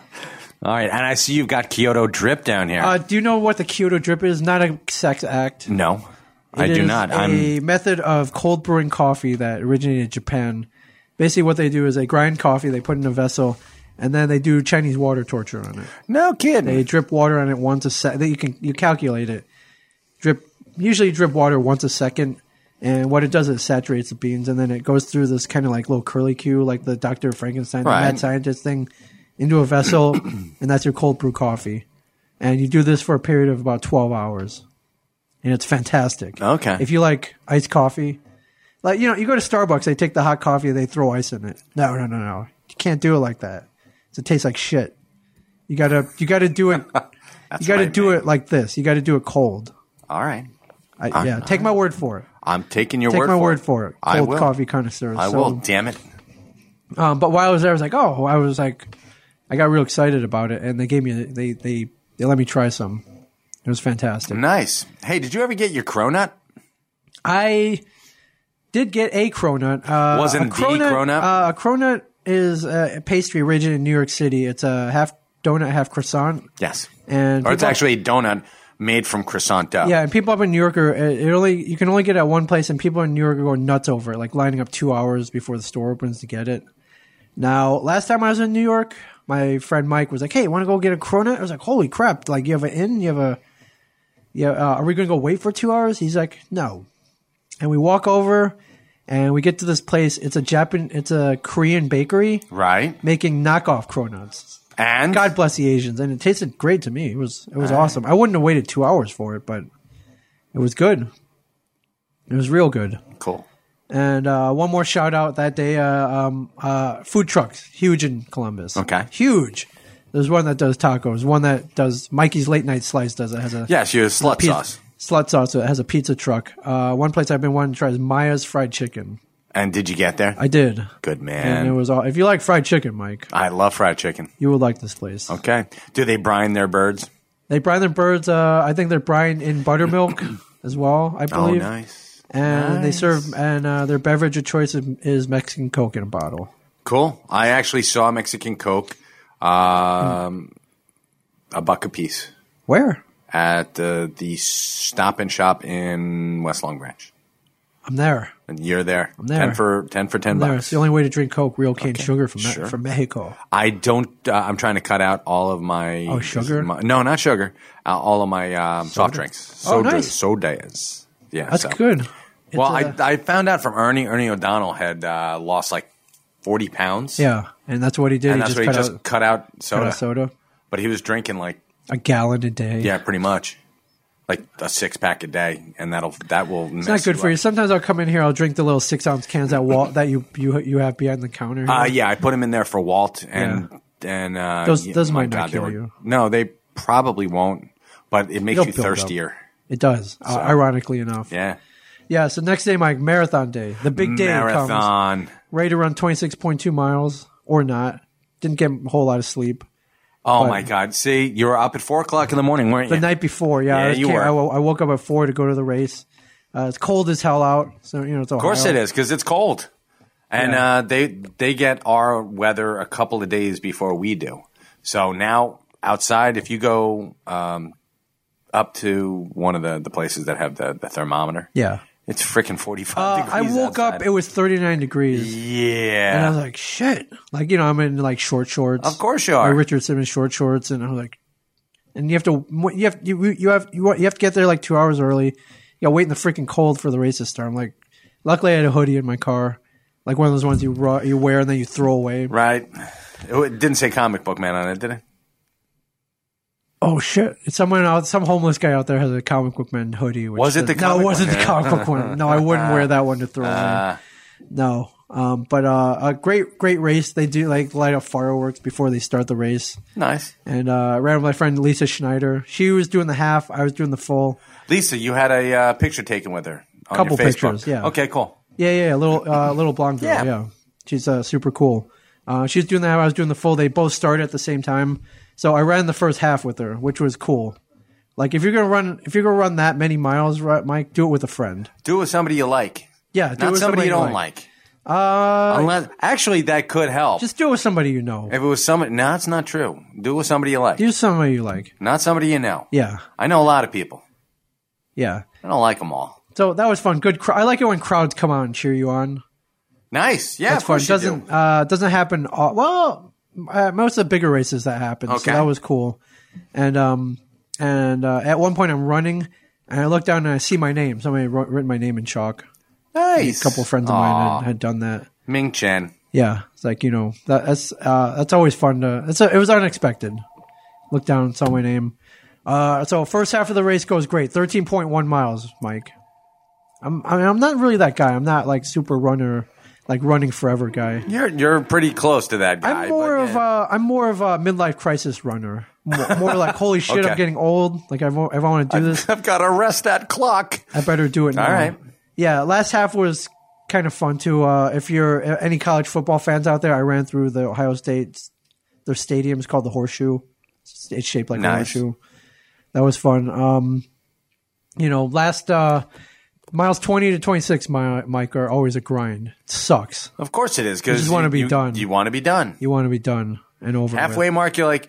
[SPEAKER 2] All right, and I see you've got Kyoto Drip down here.
[SPEAKER 1] uh, do you know what the Kyoto drip is? Not a sex act.
[SPEAKER 2] no, I
[SPEAKER 1] It
[SPEAKER 2] do
[SPEAKER 1] is
[SPEAKER 2] not.
[SPEAKER 1] A
[SPEAKER 2] I'm
[SPEAKER 1] method of cold brewing coffee that originated in Japan. Basically, what they do is they grind coffee, they put it in a vessel, and then they do Chinese water torture on it.
[SPEAKER 2] no kid.
[SPEAKER 1] They drip water on it once a sec. That you can you calculate it. Drip usually drip water once a second, and what it does is it saturates the beans, and then it goes through this kind of like little curly cue, like the Doctor Frankenstein,
[SPEAKER 2] Right.
[SPEAKER 1] the mad scientist thing, into a vessel, and that's your cold brew coffee. And you do this for a period of about twelve hours, and it's fantastic.
[SPEAKER 2] Okay.
[SPEAKER 1] if you like iced coffee. Like you know, you go to Starbucks, they take the hot coffee, they throw ice in it. No, no, no, no. You can't do it like that. 'Cause It tastes like shit. You gotta, you gotta do it. you gotta
[SPEAKER 2] right,
[SPEAKER 1] do
[SPEAKER 2] man.
[SPEAKER 1] it like this. You gotta do it cold.
[SPEAKER 2] All right,
[SPEAKER 1] I, yeah, take my word for it.
[SPEAKER 2] I'm taking your
[SPEAKER 1] Take
[SPEAKER 2] word.
[SPEAKER 1] my
[SPEAKER 2] for
[SPEAKER 1] word
[SPEAKER 2] it.
[SPEAKER 1] for it.
[SPEAKER 2] I
[SPEAKER 1] Cold
[SPEAKER 2] will.
[SPEAKER 1] coffee connoisseurs.
[SPEAKER 2] I
[SPEAKER 1] So,
[SPEAKER 2] will. Damn it.
[SPEAKER 1] Um, but while I was there, I was like, oh, I was like, I got real excited about it, and they gave me, they, they, they let me try some. It was fantastic.
[SPEAKER 2] Nice. Hey, did you ever get your cronut?
[SPEAKER 1] I did get a cronut. Uh,
[SPEAKER 2] Wasn't
[SPEAKER 1] a
[SPEAKER 2] the cronut?
[SPEAKER 1] Uh, a cronut is a pastry originated in New York City. It's a half donut, half croissant.
[SPEAKER 2] Yes.
[SPEAKER 1] And
[SPEAKER 2] or it's
[SPEAKER 1] people-
[SPEAKER 2] actually a donut made from croissant dough.
[SPEAKER 1] yeah, and people up in New York are uh, it it only you can only get it at one place, and people in New York are going nuts over it, like lining up two hours before the store opens to get it. Now, last time I was in New York, my friend Mike was like, "Hey, want to go get a cronut?" I was like, "Holy crap! Like, you have an inn? You have a yeah? Uh, are we going to go wait for two hours?" He's like, "No," and we walk over, and we get to this place. It's a Japan, it's a Korean bakery
[SPEAKER 2] Right.
[SPEAKER 1] making knockoff cronuts.
[SPEAKER 2] And
[SPEAKER 1] God bless the Asians, and it tasted great to me. It was it was awesome. I wouldn't have waited two hours for it, but it was good. It was real good.
[SPEAKER 2] cool.
[SPEAKER 1] And uh, one more shout out that day: uh, um, uh, food trucks, huge in Columbus.
[SPEAKER 2] Okay.
[SPEAKER 1] huge. There's one that does tacos. One that does Mikey's Late Night Slice. Does it has a
[SPEAKER 2] Yes, your slut
[SPEAKER 1] pizza,
[SPEAKER 2] sauce.
[SPEAKER 1] Slut sauce. It has a pizza truck. Uh, one place I've been wanting to try is Maya's Fried Chicken.
[SPEAKER 2] And did you get there?
[SPEAKER 1] I did,
[SPEAKER 2] Good
[SPEAKER 1] and,
[SPEAKER 2] man.
[SPEAKER 1] it was all. If you like fried chicken, Mike,
[SPEAKER 2] I love fried chicken.
[SPEAKER 1] you will like this place.
[SPEAKER 2] Okay. Do they brine their birds?
[SPEAKER 1] They brine their birds. Uh, I think they're brined in buttermilk as well. I
[SPEAKER 2] Oh,
[SPEAKER 1] believe.
[SPEAKER 2] nice.
[SPEAKER 1] And they
[SPEAKER 2] Nice.
[SPEAKER 1] serve, and uh, their beverage of choice is- is Mexican Coke in a bottle.
[SPEAKER 2] Cool. I actually saw Mexican Coke, um, a buck a piece
[SPEAKER 1] Where?
[SPEAKER 2] at the, the Stop and Shop in West Long Branch.
[SPEAKER 1] I'm there.
[SPEAKER 2] And you're there.
[SPEAKER 1] there.
[SPEAKER 2] Ten for ten for 10
[SPEAKER 1] I'm there.
[SPEAKER 2] bucks.
[SPEAKER 1] It's the only way to drink Coke, real cane sugar from Me-
[SPEAKER 2] sure.
[SPEAKER 1] from Mexico.
[SPEAKER 2] I don't. Uh, I'm trying to cut out all of my.
[SPEAKER 1] Oh, sugar?
[SPEAKER 2] my- no, not sugar. Uh, all of my um, soft drinks.
[SPEAKER 1] Oh,
[SPEAKER 2] Soda,
[SPEAKER 1] nice.
[SPEAKER 2] Sodas. Yeah,
[SPEAKER 1] That's
[SPEAKER 2] so-
[SPEAKER 1] good. It's,
[SPEAKER 2] Well, I
[SPEAKER 1] uh,
[SPEAKER 2] I found out from Ernie. Ernie O'Donnell had uh, lost like 40 pounds.
[SPEAKER 1] yeah, and that's what he did.
[SPEAKER 2] and
[SPEAKER 1] he
[SPEAKER 2] that's
[SPEAKER 1] just
[SPEAKER 2] what he
[SPEAKER 1] cut
[SPEAKER 2] just
[SPEAKER 1] out
[SPEAKER 2] cut out soda.
[SPEAKER 1] cut out soda,
[SPEAKER 2] But he was drinking like
[SPEAKER 1] a gallon a day.
[SPEAKER 2] yeah, pretty much like a six pack a day, and that'll that will.
[SPEAKER 1] It's not good for you. Sometimes I'll come in here. I'll drink the little six ounce cans that wall that you you you have behind the counter.
[SPEAKER 2] Uh, yeah, I put him in there for Walt and and uh,
[SPEAKER 1] Those-
[SPEAKER 2] yeah,
[SPEAKER 1] those
[SPEAKER 2] my
[SPEAKER 1] might not
[SPEAKER 2] they
[SPEAKER 1] kill
[SPEAKER 2] were-
[SPEAKER 1] you.
[SPEAKER 2] No, they probably won't. But it makes
[SPEAKER 1] It'll
[SPEAKER 2] you
[SPEAKER 1] build up.
[SPEAKER 2] thirstier.
[SPEAKER 1] it does, uh, ironically enough.
[SPEAKER 2] Yeah.
[SPEAKER 1] Yeah, So next day, Mike, marathon day, the big day comes.
[SPEAKER 2] marathon.
[SPEAKER 1] Ready to run twenty six point two miles or not? Didn't get a whole lot of sleep.
[SPEAKER 2] Oh my God! See, you were up at four o'clock in the morning, weren't
[SPEAKER 1] The
[SPEAKER 2] you?
[SPEAKER 1] night before, yeah,
[SPEAKER 2] Yeah,
[SPEAKER 1] I, was
[SPEAKER 2] you
[SPEAKER 1] kidding.
[SPEAKER 2] were.
[SPEAKER 1] I, wo- I woke up at four to go to the race. Uh, it's cold as hell out, so you know it's
[SPEAKER 2] of course it is because it's cold, and uh, they they get our weather a couple of days before we do. So now outside, if you go um, up to one of the, the places that have the, the thermometer,
[SPEAKER 1] Yeah,
[SPEAKER 2] it's freaking forty
[SPEAKER 1] uh,
[SPEAKER 2] five.
[SPEAKER 1] I woke up. It was thirty nine degrees, and I
[SPEAKER 2] yeah,
[SPEAKER 1] was like, "Shit!" Like you know, I'm in like short shorts.
[SPEAKER 2] of course you
[SPEAKER 1] my
[SPEAKER 2] are.
[SPEAKER 1] Richard Simmons short shorts, and I was like, and you have to you have you you have you want- you have to get there like two hours early. You got to wait in the freaking cold for the race to start. I'm like, luckily I had a hoodie in my car, like one of those ones you ru- you wear and then you throw away.
[SPEAKER 2] Right? It didn't say comic book man on it, did it?
[SPEAKER 1] Oh shit! Someone out, some homeless guy out there has a comic book man hoodie. Which
[SPEAKER 2] Was it the
[SPEAKER 1] does- no?
[SPEAKER 2] comic
[SPEAKER 1] It wasn't
[SPEAKER 2] book Uh.
[SPEAKER 1] the comic book one. No, I wouldn't wear that one to throw away. No, um, but uh, a great great race. They do like light up fireworks before they start the race.
[SPEAKER 2] Nice,
[SPEAKER 1] And uh, I ran with my friend Lisa Schneider. She was doing the half. I was doing the full.
[SPEAKER 2] Lisa. You had a uh, picture taken with her. On
[SPEAKER 1] Couple
[SPEAKER 2] your Facebook.
[SPEAKER 1] pictures, yeah.
[SPEAKER 2] Okay. Cool.
[SPEAKER 1] Yeah, yeah, yeah, little uh, little blonde girl.
[SPEAKER 2] Yeah.
[SPEAKER 1] Yeah, she's uh, super cool. Uh, she was doing that. I was doing the full. They both started at the same time, so I ran the first half with her, which was cool. Like if you're gonna run, if you're gonna run that many miles, right, Mike, do it with a friend.
[SPEAKER 2] Do it with somebody you like.
[SPEAKER 1] Yeah, do it
[SPEAKER 2] Not
[SPEAKER 1] with
[SPEAKER 2] somebody you don't
[SPEAKER 1] you
[SPEAKER 2] like.
[SPEAKER 1] Uh,
[SPEAKER 2] Unless actually that could help.
[SPEAKER 1] just do it with somebody you know.
[SPEAKER 2] if it was somebody, no, that's not true. Do it with somebody you like,
[SPEAKER 1] Do somebody you like.
[SPEAKER 2] not somebody you know.
[SPEAKER 1] Yeah,
[SPEAKER 2] I know a lot of people.
[SPEAKER 1] yeah.
[SPEAKER 2] I don't like them all.
[SPEAKER 1] So that was fun. Good. Cr- I like it when crowds come out and cheer you on.
[SPEAKER 2] Nice, yeah,
[SPEAKER 1] That's
[SPEAKER 2] of
[SPEAKER 1] fun.
[SPEAKER 2] course
[SPEAKER 1] It
[SPEAKER 2] you
[SPEAKER 1] doesn't
[SPEAKER 2] do.
[SPEAKER 1] uh, doesn't happen. All, well, uh, most of the bigger races that happen.
[SPEAKER 2] Okay.
[SPEAKER 1] So that was cool. And um and uh, at one point I'm running and I look down and I see my name. Somebody wrote, written my name in chalk.
[SPEAKER 2] Nice.
[SPEAKER 1] A couple friends of mine had, had done that.
[SPEAKER 2] Ming Chen.
[SPEAKER 1] Yeah, it's like you know that, that's uh, that's always fun to. It's a, it was unexpected. Look down, saw my name. Uh, so first half of the race goes great, thirteen point one miles, Mike. I'm I mean, I'm not really that guy. I'm not like super runner, like running forever guy.
[SPEAKER 2] You're you're pretty close to that guy.
[SPEAKER 1] I'm more
[SPEAKER 2] but,
[SPEAKER 1] of
[SPEAKER 2] yeah.
[SPEAKER 1] a I'm more of a midlife crisis runner. More, more like holy shit,
[SPEAKER 2] Okay.
[SPEAKER 1] I'm getting old. Like I won't, if I want to do this,
[SPEAKER 2] I've got to rest that clock.
[SPEAKER 1] I better do it now.
[SPEAKER 2] All right.
[SPEAKER 1] Yeah, last half was kind of fun too. Uh, if you're uh, any college football fans out there, I ran through the Ohio State. Their stadium's called the Horseshoe. It's- It's shaped like a
[SPEAKER 2] Nice.
[SPEAKER 1] horseshoe. That was fun. Um, you know, last uh, miles twenty to twenty six, my Mike are always a grind. It sucks.
[SPEAKER 2] Of course it is because
[SPEAKER 1] just wanna be done.
[SPEAKER 2] You want to be done.
[SPEAKER 1] You want to be done and over. with.
[SPEAKER 2] Halfway mark, you're like,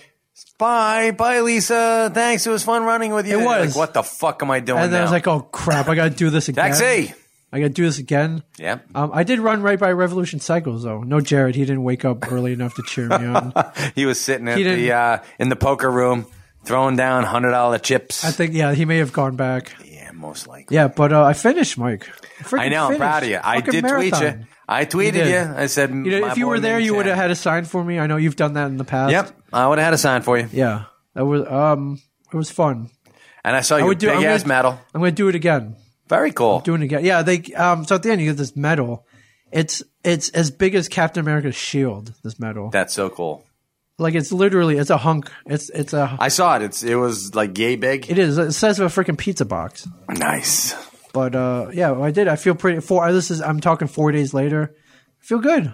[SPEAKER 2] bye, bye, Lisa. Thanks, it was fun running with you.
[SPEAKER 1] It
[SPEAKER 2] You're like,
[SPEAKER 1] was.
[SPEAKER 2] what the fuck am I doing?
[SPEAKER 1] and then I was
[SPEAKER 2] now?
[SPEAKER 1] like, oh crap, I got to do this again.
[SPEAKER 2] taxi.
[SPEAKER 1] I got to do this again.
[SPEAKER 2] Yep.
[SPEAKER 1] Um, I did run right by Revolution Cycles though. No, Jared, he didn't wake up early enough to cheer me on.
[SPEAKER 2] He was sitting at
[SPEAKER 1] He
[SPEAKER 2] the
[SPEAKER 1] didn't-
[SPEAKER 2] uh, in the poker room throwing down hundred dollar chips.
[SPEAKER 1] I think yeah, he may have gone back.
[SPEAKER 2] yeah, most likely.
[SPEAKER 1] Yeah, but uh, I finished, Mike. Freaking
[SPEAKER 2] I know. I'm
[SPEAKER 1] finished.
[SPEAKER 2] proud of you. I
[SPEAKER 1] Fucking
[SPEAKER 2] did tweet you.
[SPEAKER 1] marathon.
[SPEAKER 2] I tweeted you.
[SPEAKER 1] did.
[SPEAKER 2] I said,
[SPEAKER 1] You know,
[SPEAKER 2] "My
[SPEAKER 1] if you
[SPEAKER 2] boy
[SPEAKER 1] were there,
[SPEAKER 2] Ming
[SPEAKER 1] you would have
[SPEAKER 2] Chen."
[SPEAKER 1] had a sign for me. I know you've done that in the past.
[SPEAKER 2] Yep, I would have had a sign for you.
[SPEAKER 1] Yeah, that was um, it was fun.
[SPEAKER 2] And I saw your
[SPEAKER 1] would do-
[SPEAKER 2] big
[SPEAKER 1] I'm gonna-
[SPEAKER 2] ass medal.
[SPEAKER 1] I'm gonna do it again.
[SPEAKER 2] Very cool.
[SPEAKER 1] Doing it again. Yeah, they um. So at the end, you get this medal. It's it's as big as Captain America's shield. This medal,
[SPEAKER 2] That's so cool.
[SPEAKER 1] like it's literally it's a hunk. It's it's a
[SPEAKER 2] I saw it. It's it was like yay big.
[SPEAKER 1] it is. It says a freaking pizza box.
[SPEAKER 2] nice.
[SPEAKER 1] But uh, yeah, I did. I feel pretty. Four. uh, This is. I'm talking four days later. I feel good.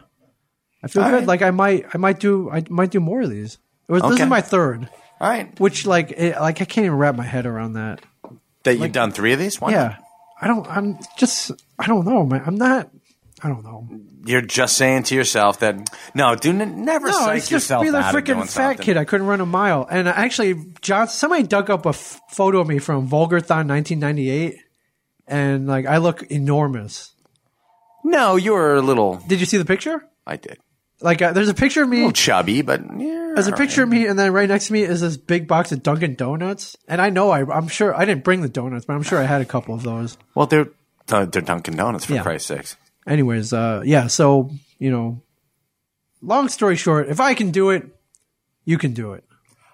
[SPEAKER 1] I feel good.
[SPEAKER 2] right.
[SPEAKER 1] Like I might. I might do. I might do more of these. was, This
[SPEAKER 2] Okay.
[SPEAKER 1] is my third,
[SPEAKER 2] All right.
[SPEAKER 1] which like it, like I can't even wrap my head around that.
[SPEAKER 2] That you've done three of these? Why
[SPEAKER 1] Yeah, I don't. I'm just. I don't know, man. I'm not. I don't know.
[SPEAKER 2] You're just saying to yourself that no, do n- never
[SPEAKER 1] No,
[SPEAKER 2] psych
[SPEAKER 1] it's just
[SPEAKER 2] yourself
[SPEAKER 1] be the
[SPEAKER 2] out of
[SPEAKER 1] freaking
[SPEAKER 2] doing
[SPEAKER 1] fat
[SPEAKER 2] something.
[SPEAKER 1] kid. I couldn't run a mile. And I actually, John, somebody dug up a f- photo of me from Vulgarthon 1998, and like I look enormous.
[SPEAKER 2] No, you were a little.
[SPEAKER 1] Did you see the picture?
[SPEAKER 2] I did.
[SPEAKER 1] Like, uh, there's a picture of
[SPEAKER 2] A
[SPEAKER 1] me.
[SPEAKER 2] little chubby, but yeah,
[SPEAKER 1] There's a
[SPEAKER 2] all
[SPEAKER 1] picture of me, and then right next to me is this big box of Dunkin' Donuts. And I know I, I'm sure I didn't bring the donuts, but I'm sure I had a couple of those.
[SPEAKER 2] right. Well, they're uh, they're Dunkin' Donuts for
[SPEAKER 1] Yeah.
[SPEAKER 2] Christ's sakes.
[SPEAKER 1] Anyways, uh, yeah. So you know, long story short, if I can do it, you can do it,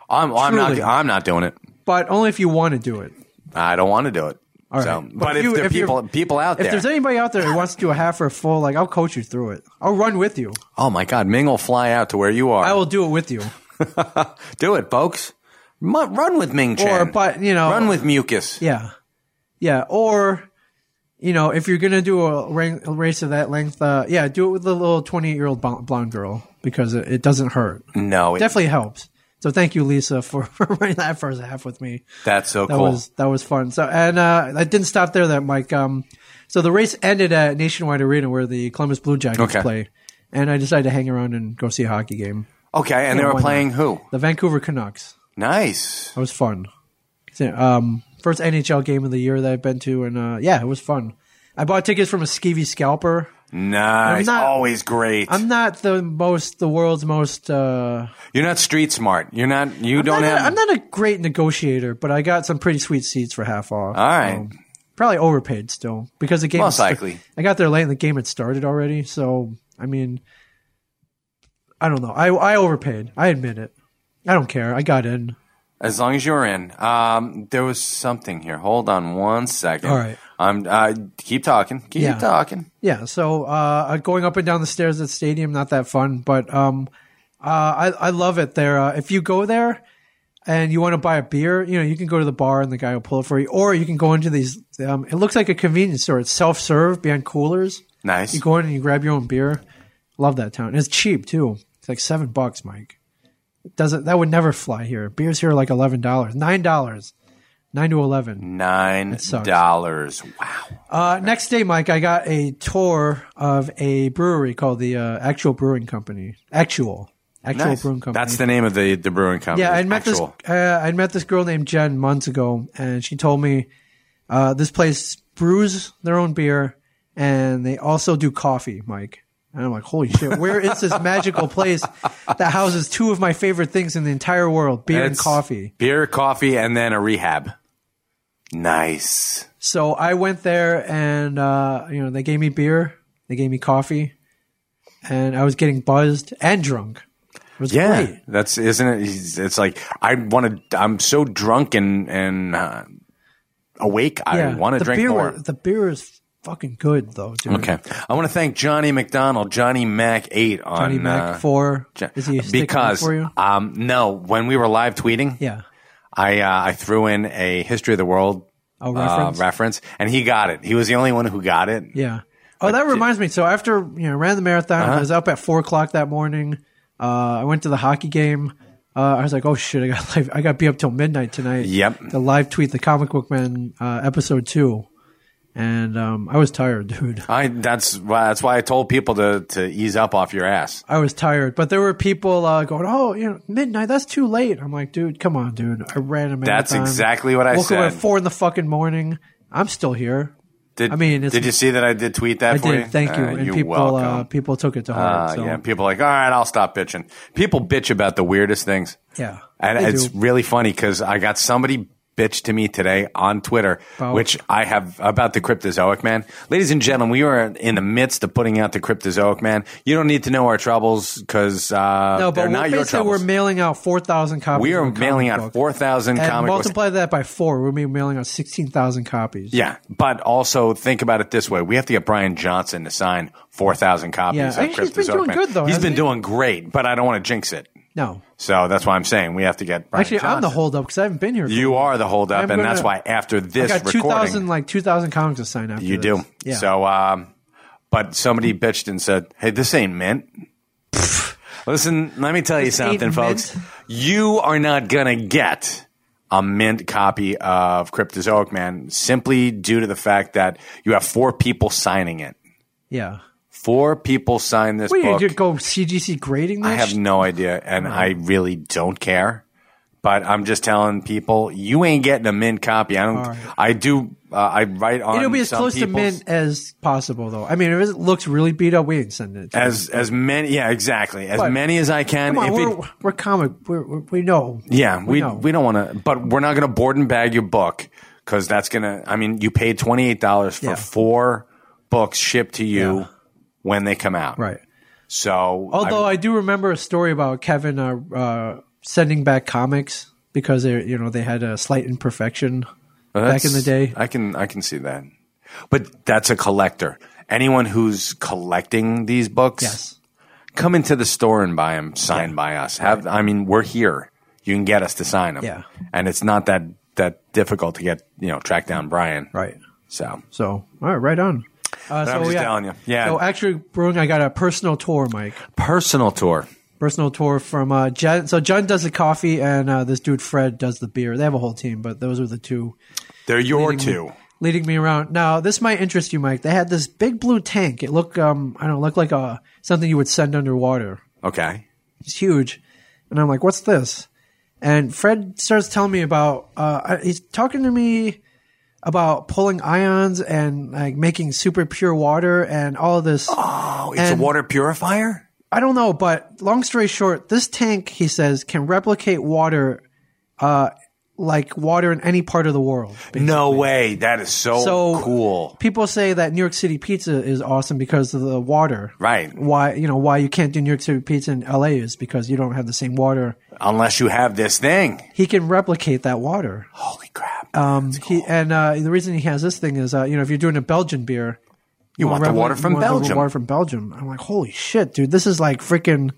[SPEAKER 2] I'm I'm not
[SPEAKER 1] Truly.
[SPEAKER 2] I'm not doing it.
[SPEAKER 1] but only if you want to do it.
[SPEAKER 2] I don't want to do it.
[SPEAKER 1] All
[SPEAKER 2] so,
[SPEAKER 1] right.
[SPEAKER 2] but,
[SPEAKER 1] But
[SPEAKER 2] if
[SPEAKER 1] you-
[SPEAKER 2] there are
[SPEAKER 1] if you're-
[SPEAKER 2] people people out
[SPEAKER 1] If
[SPEAKER 2] there,
[SPEAKER 1] there's anybody out there who wants to do a half or a full, like I'll coach you through it. I'll run with you.
[SPEAKER 2] oh my God, Ming will fly out to where you are.
[SPEAKER 1] I will do it with you.
[SPEAKER 2] do it, folks. Mu- run with Ming Chen.
[SPEAKER 1] Or, but you know,
[SPEAKER 2] run with mucus.
[SPEAKER 1] yeah, yeah. Or, you know, if you're gonna do a, ran- a race of that length, uh, yeah, do it with the little 28 year old blonde girl because it, it doesn't hurt.
[SPEAKER 2] No, it,
[SPEAKER 1] Definitely helps. So thank you, Lisa, for, for running that first half with me.
[SPEAKER 2] that's so
[SPEAKER 1] That
[SPEAKER 2] cool.
[SPEAKER 1] was that was fun. So and uh, I didn't stop there. That Mike. Um, so the race ended at Nationwide Arena where the Columbus Blue Jackets
[SPEAKER 2] Okay.
[SPEAKER 1] play, and I decided to hang around and go see a hockey game.
[SPEAKER 2] okay, and they
[SPEAKER 1] why
[SPEAKER 2] were
[SPEAKER 1] not?
[SPEAKER 2] playing who?
[SPEAKER 1] The Vancouver Canucks.
[SPEAKER 2] Nice.
[SPEAKER 1] That was fun. So, Um, first NHL game of the year that I've been to, and uh, yeah, it was fun. I bought tickets from a skeevy scalper.
[SPEAKER 2] Nice.
[SPEAKER 1] not-
[SPEAKER 2] Always great.
[SPEAKER 1] I'm not the most, the world's most. Uh,
[SPEAKER 2] You're not street smart. You're not. You don't
[SPEAKER 1] I'm not,
[SPEAKER 2] have.
[SPEAKER 1] I'm not a great negotiator, but I got some pretty sweet seats for half off.
[SPEAKER 2] all right.
[SPEAKER 1] So, probably overpaid still because the game
[SPEAKER 2] Most
[SPEAKER 1] had sta-
[SPEAKER 2] likely.
[SPEAKER 1] I got there late and the game had started already. So I mean, I don't know. I I overpaid. I admit it. I don't care. I got in.
[SPEAKER 2] as long as you're in. Um, there was something here. Hold on one second.
[SPEAKER 1] All right.
[SPEAKER 2] I'm. Uh, keep talking. Keep
[SPEAKER 1] Yeah.
[SPEAKER 2] talking.
[SPEAKER 1] Yeah, so uh, going up and down the stairs at the stadium, not that fun, but um, uh, I I love it there. Uh, if you go there and you want to buy a beer, you know you can go to the bar and the guy will pull it for you, or you can go into these. Um, it looks like a convenience store. It's self serve behind coolers.
[SPEAKER 2] Nice.
[SPEAKER 1] You go in and you grab your own beer. Love that town. And it's cheap too. It's like seven bucks, Mike. It doesn't that would never fly here? Beers here are like eleven dollars, nine dollars, nine to eleven.
[SPEAKER 2] Nine
[SPEAKER 1] sucks.
[SPEAKER 2] dollars. Wow.
[SPEAKER 1] Uh, next day, Mike, I got a tour of a brewery called the uh, Actual Brewing Company. Actual, Actual
[SPEAKER 2] Nice.
[SPEAKER 1] Brewing Company.
[SPEAKER 2] That's the name of the the brewing company.
[SPEAKER 1] yeah. I met
[SPEAKER 2] Actual.
[SPEAKER 1] this. Uh, I met this girl named Jen months ago, and she told me uh, this place brews their own beer, and they also do coffee, Mike. And I'm like, holy shit! Where is this magical place that houses two of my favorite things in the entire world: beer and
[SPEAKER 2] It's
[SPEAKER 1] coffee?
[SPEAKER 2] Beer, coffee, and then a rehab. Nice.
[SPEAKER 1] So I went there and uh, you know they gave me beer, they gave me coffee, and I was getting buzzed and drunk. It was
[SPEAKER 2] Yeah,
[SPEAKER 1] great.
[SPEAKER 2] that's isn't it? he's- It's like I want to. I'm so drunk and and uh, awake. I
[SPEAKER 1] Yeah,
[SPEAKER 2] want to
[SPEAKER 1] The
[SPEAKER 2] drink
[SPEAKER 1] beer,
[SPEAKER 2] more.
[SPEAKER 1] The beer is fucking good though, dude.
[SPEAKER 2] Okay, I want to thank Johnny McDonald, Johnny Mac Eight on
[SPEAKER 1] Johnny
[SPEAKER 2] uh,
[SPEAKER 1] Mac for
[SPEAKER 2] Jo-
[SPEAKER 1] is he sticking
[SPEAKER 2] because
[SPEAKER 1] up for you?
[SPEAKER 2] um no when we were live tweeting
[SPEAKER 1] Yeah.
[SPEAKER 2] I uh, I threw in a history of the world
[SPEAKER 1] Oh,
[SPEAKER 2] uh,
[SPEAKER 1] reference.
[SPEAKER 2] reference and he got it. He was the only one who got it.
[SPEAKER 1] Yeah. Oh, that reminds me. So after you know, ran the marathon,
[SPEAKER 2] Uh-huh.
[SPEAKER 1] I was up at four o'clock that morning. Uh, I went to the hockey game. Uh, I was like, oh shit, I got live, I got to be up till midnight tonight.
[SPEAKER 2] Yep.
[SPEAKER 1] The live tweet, the comic book man uh, episode two, and um, I was tired, dude.
[SPEAKER 2] I that's why that's why I told people to to ease up off your ass.
[SPEAKER 1] I was tired, but there were people uh, going, "Oh, you know, midnight. That's too late." I'm like, "Dude, come on, dude. I ran a marathon.
[SPEAKER 2] That's exactly what I
[SPEAKER 1] Woke up
[SPEAKER 2] said.
[SPEAKER 1] at four in the fucking morning. I'm still here.
[SPEAKER 2] Did,
[SPEAKER 1] I mean, it's-
[SPEAKER 2] did you see that I did tweet that
[SPEAKER 1] I
[SPEAKER 2] for
[SPEAKER 1] did.
[SPEAKER 2] you?
[SPEAKER 1] Thank you."
[SPEAKER 2] Uh,
[SPEAKER 1] and
[SPEAKER 2] you're
[SPEAKER 1] people, uh,
[SPEAKER 2] welcome.
[SPEAKER 1] people took it to
[SPEAKER 2] Uh,
[SPEAKER 1] heart. so.
[SPEAKER 2] Yeah, people are like, all right, I'll stop bitching. People bitch about the weirdest things.
[SPEAKER 1] Yeah,
[SPEAKER 2] And
[SPEAKER 1] they
[SPEAKER 2] it's
[SPEAKER 1] do.
[SPEAKER 2] really funny because I got somebody bitch to me today on Twitter,
[SPEAKER 1] About-
[SPEAKER 2] which I have about the cryptozoic man. Ladies and gentlemen, we are in the midst of putting out the cryptozoic man. You don't need to know our troubles because uh,
[SPEAKER 1] No,
[SPEAKER 2] they're
[SPEAKER 1] but
[SPEAKER 2] not
[SPEAKER 1] we're,
[SPEAKER 2] your
[SPEAKER 1] basically we're
[SPEAKER 2] troubles.
[SPEAKER 1] mailing out four thousand copies.
[SPEAKER 2] We
[SPEAKER 1] of
[SPEAKER 2] are
[SPEAKER 1] a comic
[SPEAKER 2] mailing out
[SPEAKER 1] book.
[SPEAKER 2] 4,000
[SPEAKER 1] and
[SPEAKER 2] comic books.
[SPEAKER 1] multiply that by four. We'll be mailing out sixteen thousand copies.
[SPEAKER 2] Yeah, but also think about it this way: we have to get Brian Johnson to sign four thousand copies.
[SPEAKER 1] Yeah,
[SPEAKER 2] of
[SPEAKER 1] actually, he's been
[SPEAKER 2] Cryptozoic
[SPEAKER 1] doing
[SPEAKER 2] Man.
[SPEAKER 1] good, though,
[SPEAKER 2] He's been
[SPEAKER 1] hasn't he?
[SPEAKER 2] doing great, but I don't want to jinx it.
[SPEAKER 1] No,
[SPEAKER 2] So that's why I'm saying we have to get Brian
[SPEAKER 1] actually, I'm the
[SPEAKER 2] Johnson.
[SPEAKER 1] holdup because I haven't been here. for-
[SPEAKER 2] You are the holdup,
[SPEAKER 1] I'm
[SPEAKER 2] and that's
[SPEAKER 1] gonna-
[SPEAKER 2] why after
[SPEAKER 1] I
[SPEAKER 2] this
[SPEAKER 1] got two thousand
[SPEAKER 2] recording,
[SPEAKER 1] like two thousand comics to sign after.
[SPEAKER 2] you
[SPEAKER 1] this.
[SPEAKER 2] do. So, um, but somebody bitched and said, "Hey, this ain't mint." Listen, let me tell you
[SPEAKER 1] Just ate
[SPEAKER 2] something, folks.
[SPEAKER 1] mint.
[SPEAKER 2] You are not going to get a mint copy of Cryptozoic Man simply due to the fact that you have four people signing it.
[SPEAKER 1] Yeah.
[SPEAKER 2] Four people sign this
[SPEAKER 1] What are you
[SPEAKER 2] book.
[SPEAKER 1] do? Go CGC grading this?
[SPEAKER 2] I have no idea, and
[SPEAKER 1] uh-huh.
[SPEAKER 2] I really don't care. But I'm just telling people, you ain't getting a mint copy. I don't. I do. Uh, I write on.
[SPEAKER 1] It'll be as
[SPEAKER 2] some
[SPEAKER 1] close to
[SPEAKER 2] people's-
[SPEAKER 1] mint as possible, though. I mean, if it looks really beat up, we ain't sending it. To you.
[SPEAKER 2] as as many. Yeah, exactly. As
[SPEAKER 1] But-
[SPEAKER 2] many as I can.
[SPEAKER 1] Come on,
[SPEAKER 2] If it-
[SPEAKER 1] we're, we're comic. We're, we're, we know.
[SPEAKER 2] Yeah, we we,
[SPEAKER 1] know.
[SPEAKER 2] don't want to, but we're not going to board and bag your book because that's going to. I mean, you paid twenty eight dollars for
[SPEAKER 1] Yeah.
[SPEAKER 2] four books shipped to you
[SPEAKER 1] Yeah.
[SPEAKER 2] when they come out,
[SPEAKER 1] Right.
[SPEAKER 2] So,
[SPEAKER 1] Although I, do remember a story about Kevin uh, uh, sending back comics because they, you know, they had a slight imperfection back in the day.
[SPEAKER 2] I can I can see that, but that's a collector. Anyone who's collecting these books,
[SPEAKER 1] Yes.
[SPEAKER 2] come into the store and buy them, signed by us. Have I mean, we're here. You can get us to sign them.
[SPEAKER 1] Yeah.
[SPEAKER 2] and it's not that that difficult to get you know track down Brian.
[SPEAKER 1] Right.
[SPEAKER 2] So
[SPEAKER 1] So, all right, right on. Uh, so,
[SPEAKER 2] I'm just
[SPEAKER 1] yeah.
[SPEAKER 2] telling you. Yeah.
[SPEAKER 1] So actually, Bruin, I got a personal tour, Mike.
[SPEAKER 2] personal tour.
[SPEAKER 1] Personal tour from uh, Jen. So Jen does the coffee, and uh, this dude Fred does the beer. They have a whole team, but those are the two
[SPEAKER 2] They're your two.
[SPEAKER 1] leading me around. Now, this might interest you, Mike. They had this big blue tank. It looked, um, I don't know, looked like a something you would send underwater.
[SPEAKER 2] Okay.
[SPEAKER 1] It's huge, and I'm like, what's this? And Fred starts telling me about. Uh, I- he's talking to me about pulling ions and like making super pure water and all this.
[SPEAKER 2] Oh, it's
[SPEAKER 1] And-
[SPEAKER 2] a water purifier?
[SPEAKER 1] I don't know, but long story short, this tank, he says, can replicate water, uh, like water in any part of the world.
[SPEAKER 2] No way. That is so,
[SPEAKER 1] So
[SPEAKER 2] Oh, cool.
[SPEAKER 1] People say that New York City pizza is awesome because of the water.
[SPEAKER 2] Right.
[SPEAKER 1] Why you know why you can't do New York City pizza in LA is because you don't have the same water.
[SPEAKER 2] Unless you have this thing.
[SPEAKER 1] He can replicate that water.
[SPEAKER 2] Holy crap.
[SPEAKER 1] Um,
[SPEAKER 2] Oh.
[SPEAKER 1] he, and uh, the reason he has this thing is uh, you know if you're doing a Belgian beer,
[SPEAKER 2] you want the
[SPEAKER 1] Revel-
[SPEAKER 2] water from
[SPEAKER 1] one of the
[SPEAKER 2] Belgium.
[SPEAKER 1] Water from Belgium. I'm like, holy shit, dude! This is like freaking.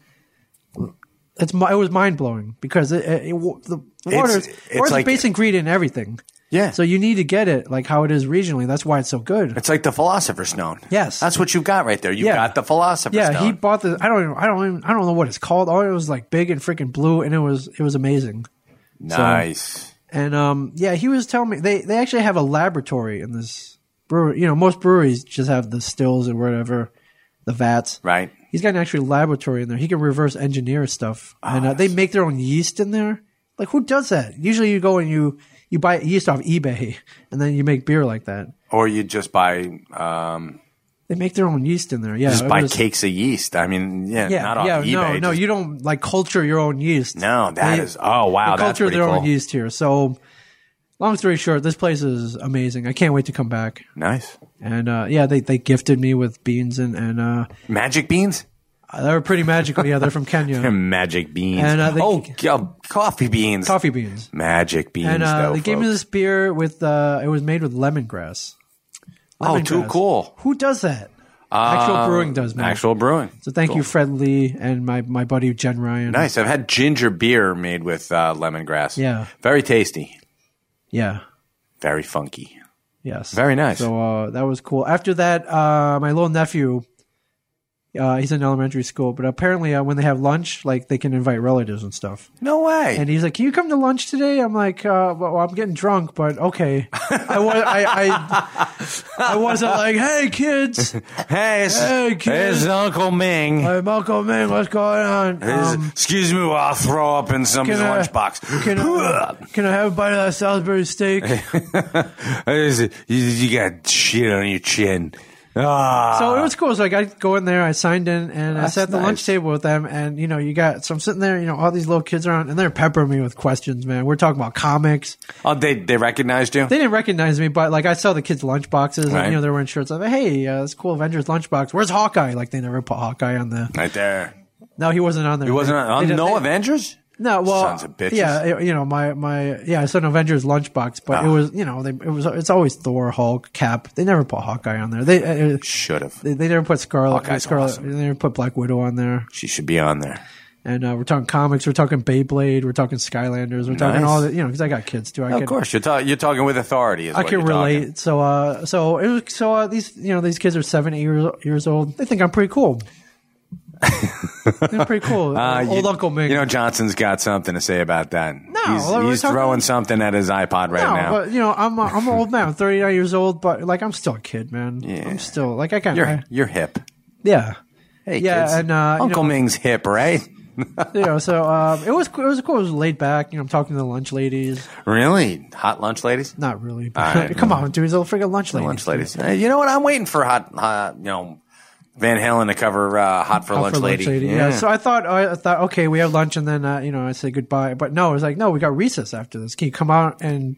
[SPEAKER 1] It's mi- it was mind blowing because it, it, it wa- the water is
[SPEAKER 2] It's- it's
[SPEAKER 1] water's
[SPEAKER 2] like-
[SPEAKER 1] the base ingredient in everything.
[SPEAKER 2] Yeah.
[SPEAKER 1] So you need to get it like how it is regionally. That's why it's so good.
[SPEAKER 2] it's like the Philosopher's Stone.
[SPEAKER 1] Yes.
[SPEAKER 2] That's what you've got right there. You've
[SPEAKER 1] Yeah.
[SPEAKER 2] got the Philosopher's
[SPEAKER 1] Yeah, he
[SPEAKER 2] Stone.
[SPEAKER 1] bought the. I don't. Even, I don't. Even, I don't know what it's called. All it was like big and freaking blue, and it was it was amazing.
[SPEAKER 2] nice.
[SPEAKER 1] And um, yeah, he was telling me they they actually have a laboratory in this brewery. You know, most breweries just have the stills or whatever, the vats.
[SPEAKER 2] Right.
[SPEAKER 1] He's got an actual laboratory in there. He can reverse engineer stuff,
[SPEAKER 2] Oh,
[SPEAKER 1] and uh, they make their own yeast in there. Like who does that? Usually, you go and you you buy yeast off eBay, and then you make beer like that.
[SPEAKER 2] Or you just buy um,
[SPEAKER 1] They make their own yeast in there. Yeah,
[SPEAKER 2] just
[SPEAKER 1] it
[SPEAKER 2] buy
[SPEAKER 1] was-
[SPEAKER 2] cakes of yeast. I mean, yeah,
[SPEAKER 1] Yeah,
[SPEAKER 2] not on
[SPEAKER 1] yeah,
[SPEAKER 2] eBay.
[SPEAKER 1] no, no,
[SPEAKER 2] just-
[SPEAKER 1] you don't like culture your own yeast.
[SPEAKER 2] no, that
[SPEAKER 1] They-
[SPEAKER 2] is. Oh wow,
[SPEAKER 1] they
[SPEAKER 2] that's
[SPEAKER 1] culture
[SPEAKER 2] pretty
[SPEAKER 1] their
[SPEAKER 2] cool.
[SPEAKER 1] own yeast here. So, long story short, this place is amazing. I can't wait to come back.
[SPEAKER 2] Nice.
[SPEAKER 1] And uh, yeah, they, they gifted me with beans and and uh,
[SPEAKER 2] Magic beans.
[SPEAKER 1] they were pretty magical. Yeah, they're from Kenya.
[SPEAKER 2] Magic beans.
[SPEAKER 1] And, uh, they-
[SPEAKER 2] oh, g- uh, coffee beans.
[SPEAKER 1] Coffee beans.
[SPEAKER 2] Magic beans,
[SPEAKER 1] And uh,
[SPEAKER 2] though.
[SPEAKER 1] they gave me
[SPEAKER 2] folks.
[SPEAKER 1] this beer with uh, it was made with lemongrass.
[SPEAKER 2] oh, too
[SPEAKER 1] lemongrass.
[SPEAKER 2] cool.
[SPEAKER 1] Who does that? actual
[SPEAKER 2] Um,
[SPEAKER 1] brewing does, man.
[SPEAKER 2] Actual brewing.
[SPEAKER 1] So thank you, Fred Lee, and my my buddy Jen Ryan.
[SPEAKER 2] Nice. I've had ginger beer made with uh, lemongrass.
[SPEAKER 1] Yeah.
[SPEAKER 2] Very tasty.
[SPEAKER 1] Yeah.
[SPEAKER 2] Very funky.
[SPEAKER 1] Yes.
[SPEAKER 2] Very nice.
[SPEAKER 1] So uh, that was cool. After that, uh, my little nephew, uh, he's in elementary school, but apparently uh, when they have lunch, like they can invite relatives and stuff.
[SPEAKER 2] no way.
[SPEAKER 1] And he's like, "Can you come to lunch today?" I'm like, uh, well, "I'm getting drunk, but okay." I was I, I I wasn't like, "Hey kids,
[SPEAKER 2] hey, it's,
[SPEAKER 1] Hey, kid.
[SPEAKER 2] it's Uncle Ming.
[SPEAKER 1] hey Malcolm, man, what's going on?"
[SPEAKER 2] It's-
[SPEAKER 1] Um,
[SPEAKER 2] Excuse me while I throw up in somebody's
[SPEAKER 1] can I-
[SPEAKER 2] lunchbox.
[SPEAKER 1] can I, can I have a bite of that Salisbury steak?
[SPEAKER 2] Is it- you, you got shit on your chin. Ah.
[SPEAKER 1] So it was cool. So I got to go in there. I signed in and I
[SPEAKER 2] That's
[SPEAKER 1] sat at the lunch
[SPEAKER 2] nice.
[SPEAKER 1] table with them. And you know, you got so I'm sitting there. You know, all these little kids around, and they're peppering me with questions. Man, we're talking about comics.
[SPEAKER 2] oh, they, they recognized you?
[SPEAKER 1] They didn't recognize me, but like I saw the kids' lunch boxes.
[SPEAKER 2] Right.
[SPEAKER 1] And, you know, they were wearing shirts. I'm like, hey, uh, it's cool. Avengers lunchbox. Where's Hawkeye? Like they never put Hawkeye on the.
[SPEAKER 2] right there.
[SPEAKER 1] No, he wasn't on there.
[SPEAKER 2] It wasn't
[SPEAKER 1] They-
[SPEAKER 2] on
[SPEAKER 1] they-
[SPEAKER 2] no
[SPEAKER 1] they-
[SPEAKER 2] Avengers?
[SPEAKER 1] No, well,
[SPEAKER 2] Sons of bitches.
[SPEAKER 1] yeah, it- you know my my yeah, I saw an Avengers lunchbox, but
[SPEAKER 2] Ah.
[SPEAKER 1] it was you know they, it was it's always Thor, Hulk, Cap. They never put Hawkeye on there. They uh,
[SPEAKER 2] Should have.
[SPEAKER 1] they, they never put Scarlet,
[SPEAKER 2] Hawkeye's
[SPEAKER 1] Scarlet,
[SPEAKER 2] awesome.
[SPEAKER 1] they never put Black Widow on there.
[SPEAKER 2] She should be on there.
[SPEAKER 1] And uh, we're talking comics, we're talking Beyblade, we're talking Skylanders, we're talking
[SPEAKER 2] Nice.
[SPEAKER 1] all that, you know, because I got kids too. I
[SPEAKER 2] Of
[SPEAKER 1] can,
[SPEAKER 2] course, you're, ta- you're talking with authority. Is
[SPEAKER 1] I
[SPEAKER 2] what
[SPEAKER 1] can
[SPEAKER 2] you're talking.
[SPEAKER 1] relate. So, uh, so it was, so uh, these, you know, these kids are seven, eight years, years old. They think I'm pretty cool. They're pretty cool.
[SPEAKER 2] Uh,
[SPEAKER 1] Old
[SPEAKER 2] you-
[SPEAKER 1] Uncle Ming.
[SPEAKER 2] You know Johnson's got something to say about that. No, he's,
[SPEAKER 1] well, we're
[SPEAKER 2] he's
[SPEAKER 1] talking-
[SPEAKER 2] throwing something at his iPod right
[SPEAKER 1] no,
[SPEAKER 2] now.
[SPEAKER 1] but you know, I'm a, I'm an old man. I'm 39 years old, but like I'm still a kid, man.
[SPEAKER 2] Yeah.
[SPEAKER 1] I'm still like I can't.
[SPEAKER 2] you're
[SPEAKER 1] I-
[SPEAKER 2] you're hip.
[SPEAKER 1] yeah.
[SPEAKER 2] Hey,
[SPEAKER 1] Yeah,
[SPEAKER 2] kids.
[SPEAKER 1] and, uh, you
[SPEAKER 2] Uncle Ming's hip, right?
[SPEAKER 1] You know, so um, it was it was cool. It was laid back. You know, I'm talking to the lunch ladies.
[SPEAKER 2] Really? Hot lunch ladies?
[SPEAKER 1] Not really.
[SPEAKER 2] All
[SPEAKER 1] But
[SPEAKER 2] right.
[SPEAKER 1] come on, dude. It's a freaking lunch lady.
[SPEAKER 2] Lunch ladies. Hey, you know what? I'm waiting for hot, uh, you know, Van Halen to cover uh, Hot for,
[SPEAKER 1] Out
[SPEAKER 2] lunch,
[SPEAKER 1] for
[SPEAKER 2] lady.
[SPEAKER 1] Yeah. So I thought I thought okay, we have lunch, and then uh, you know I say goodbye. But no, it was like no, we got recess after this. Can you come out and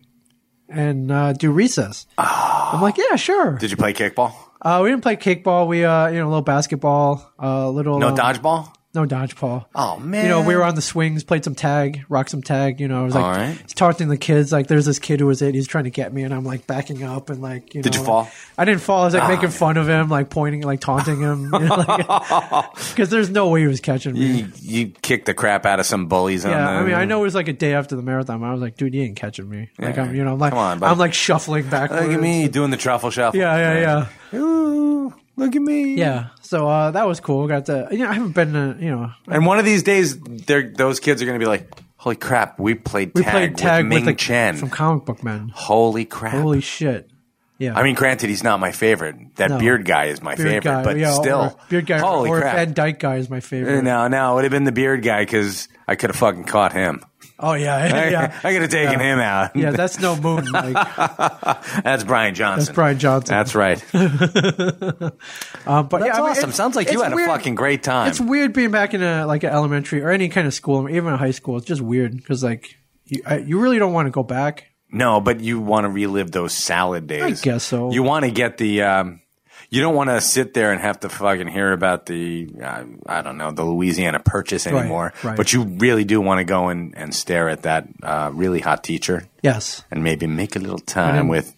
[SPEAKER 1] and uh, do recess?
[SPEAKER 2] Ah.
[SPEAKER 1] I'm like, yeah, sure.
[SPEAKER 2] Did you play kickball?
[SPEAKER 1] Uh, we didn't play kickball. We uh, you know a little basketball, a little
[SPEAKER 2] No
[SPEAKER 1] um,
[SPEAKER 2] dodgeball?
[SPEAKER 1] no dodgeball.
[SPEAKER 2] Oh, man.
[SPEAKER 1] You know, we were on the swings, played some tag, rocked some tag. You know, I was like
[SPEAKER 2] All right.
[SPEAKER 1] talking to the kids. Like, there's this kid who was it. He's trying to get me, and I'm like backing up and like, you
[SPEAKER 2] Did
[SPEAKER 1] know,
[SPEAKER 2] you fall? Ah.
[SPEAKER 1] like- I didn't fall. I was like making fun of him, like pointing, like taunting him, because there's no way he was catching me.
[SPEAKER 2] You, you kicked the crap out of some bullies on
[SPEAKER 1] Yeah,
[SPEAKER 2] the.
[SPEAKER 1] I mean, I know it was like a day after the marathon. But I was like, dude, you ain't catching me. Like,
[SPEAKER 2] Yeah.
[SPEAKER 1] I'm, you know, I'm like,
[SPEAKER 2] Come on, buddy.
[SPEAKER 1] I'm like shuffling backwards.
[SPEAKER 2] Look at me doing the truffle shuffle.
[SPEAKER 1] Yeah, yeah, yeah,
[SPEAKER 2] yeah. Ooh, look at me.
[SPEAKER 1] yeah. So uh, that was cool. Got to, you know, I haven't been, to, you know,
[SPEAKER 2] And one of these days, they're, those kids are going to be like, "Holy crap, we played
[SPEAKER 1] we
[SPEAKER 2] tag,
[SPEAKER 1] played tag
[SPEAKER 2] with
[SPEAKER 1] with,
[SPEAKER 2] Ming
[SPEAKER 1] the
[SPEAKER 2] Chen."
[SPEAKER 1] from Comic Book Man.
[SPEAKER 2] Holy crap!
[SPEAKER 1] Holy shit! Yeah,
[SPEAKER 2] I mean, granted, he's not my favorite. That
[SPEAKER 1] No.
[SPEAKER 2] beard guy is my favorite, but
[SPEAKER 1] yeah,
[SPEAKER 2] still,
[SPEAKER 1] or beard guy,
[SPEAKER 2] Holy
[SPEAKER 1] or
[SPEAKER 2] crap!
[SPEAKER 1] Van Dyke guy is my favorite.
[SPEAKER 2] no, no, it would have been the beard guy because I could have fucking caught him.
[SPEAKER 1] Oh yeah, yeah,
[SPEAKER 2] I could have taken him out.
[SPEAKER 1] yeah. That's no moon. Like,
[SPEAKER 2] that's Brian Johnson.
[SPEAKER 1] that's Brian Johnson.
[SPEAKER 2] That's right. That's
[SPEAKER 1] um, but yeah, I mean,
[SPEAKER 2] awesome.
[SPEAKER 1] it's-
[SPEAKER 2] Sounds like you
[SPEAKER 1] it's
[SPEAKER 2] had
[SPEAKER 1] weird-
[SPEAKER 2] a fucking great time.
[SPEAKER 1] It's weird being back in a like an elementary or any kind of school, even a high school. It's just weird because like you, I, you really don't want to go back.
[SPEAKER 2] No, but you want to relive those salad days. I
[SPEAKER 1] guess so.
[SPEAKER 2] You want to get the. Um, you don't want to sit there and have to fucking hear about the, uh, I don't know, the Louisiana Purchase anymore.
[SPEAKER 1] right.
[SPEAKER 2] But you really do want to go and, and stare at that uh, really hot teacher
[SPEAKER 1] Yes.
[SPEAKER 2] and maybe make a little time
[SPEAKER 1] then-
[SPEAKER 2] with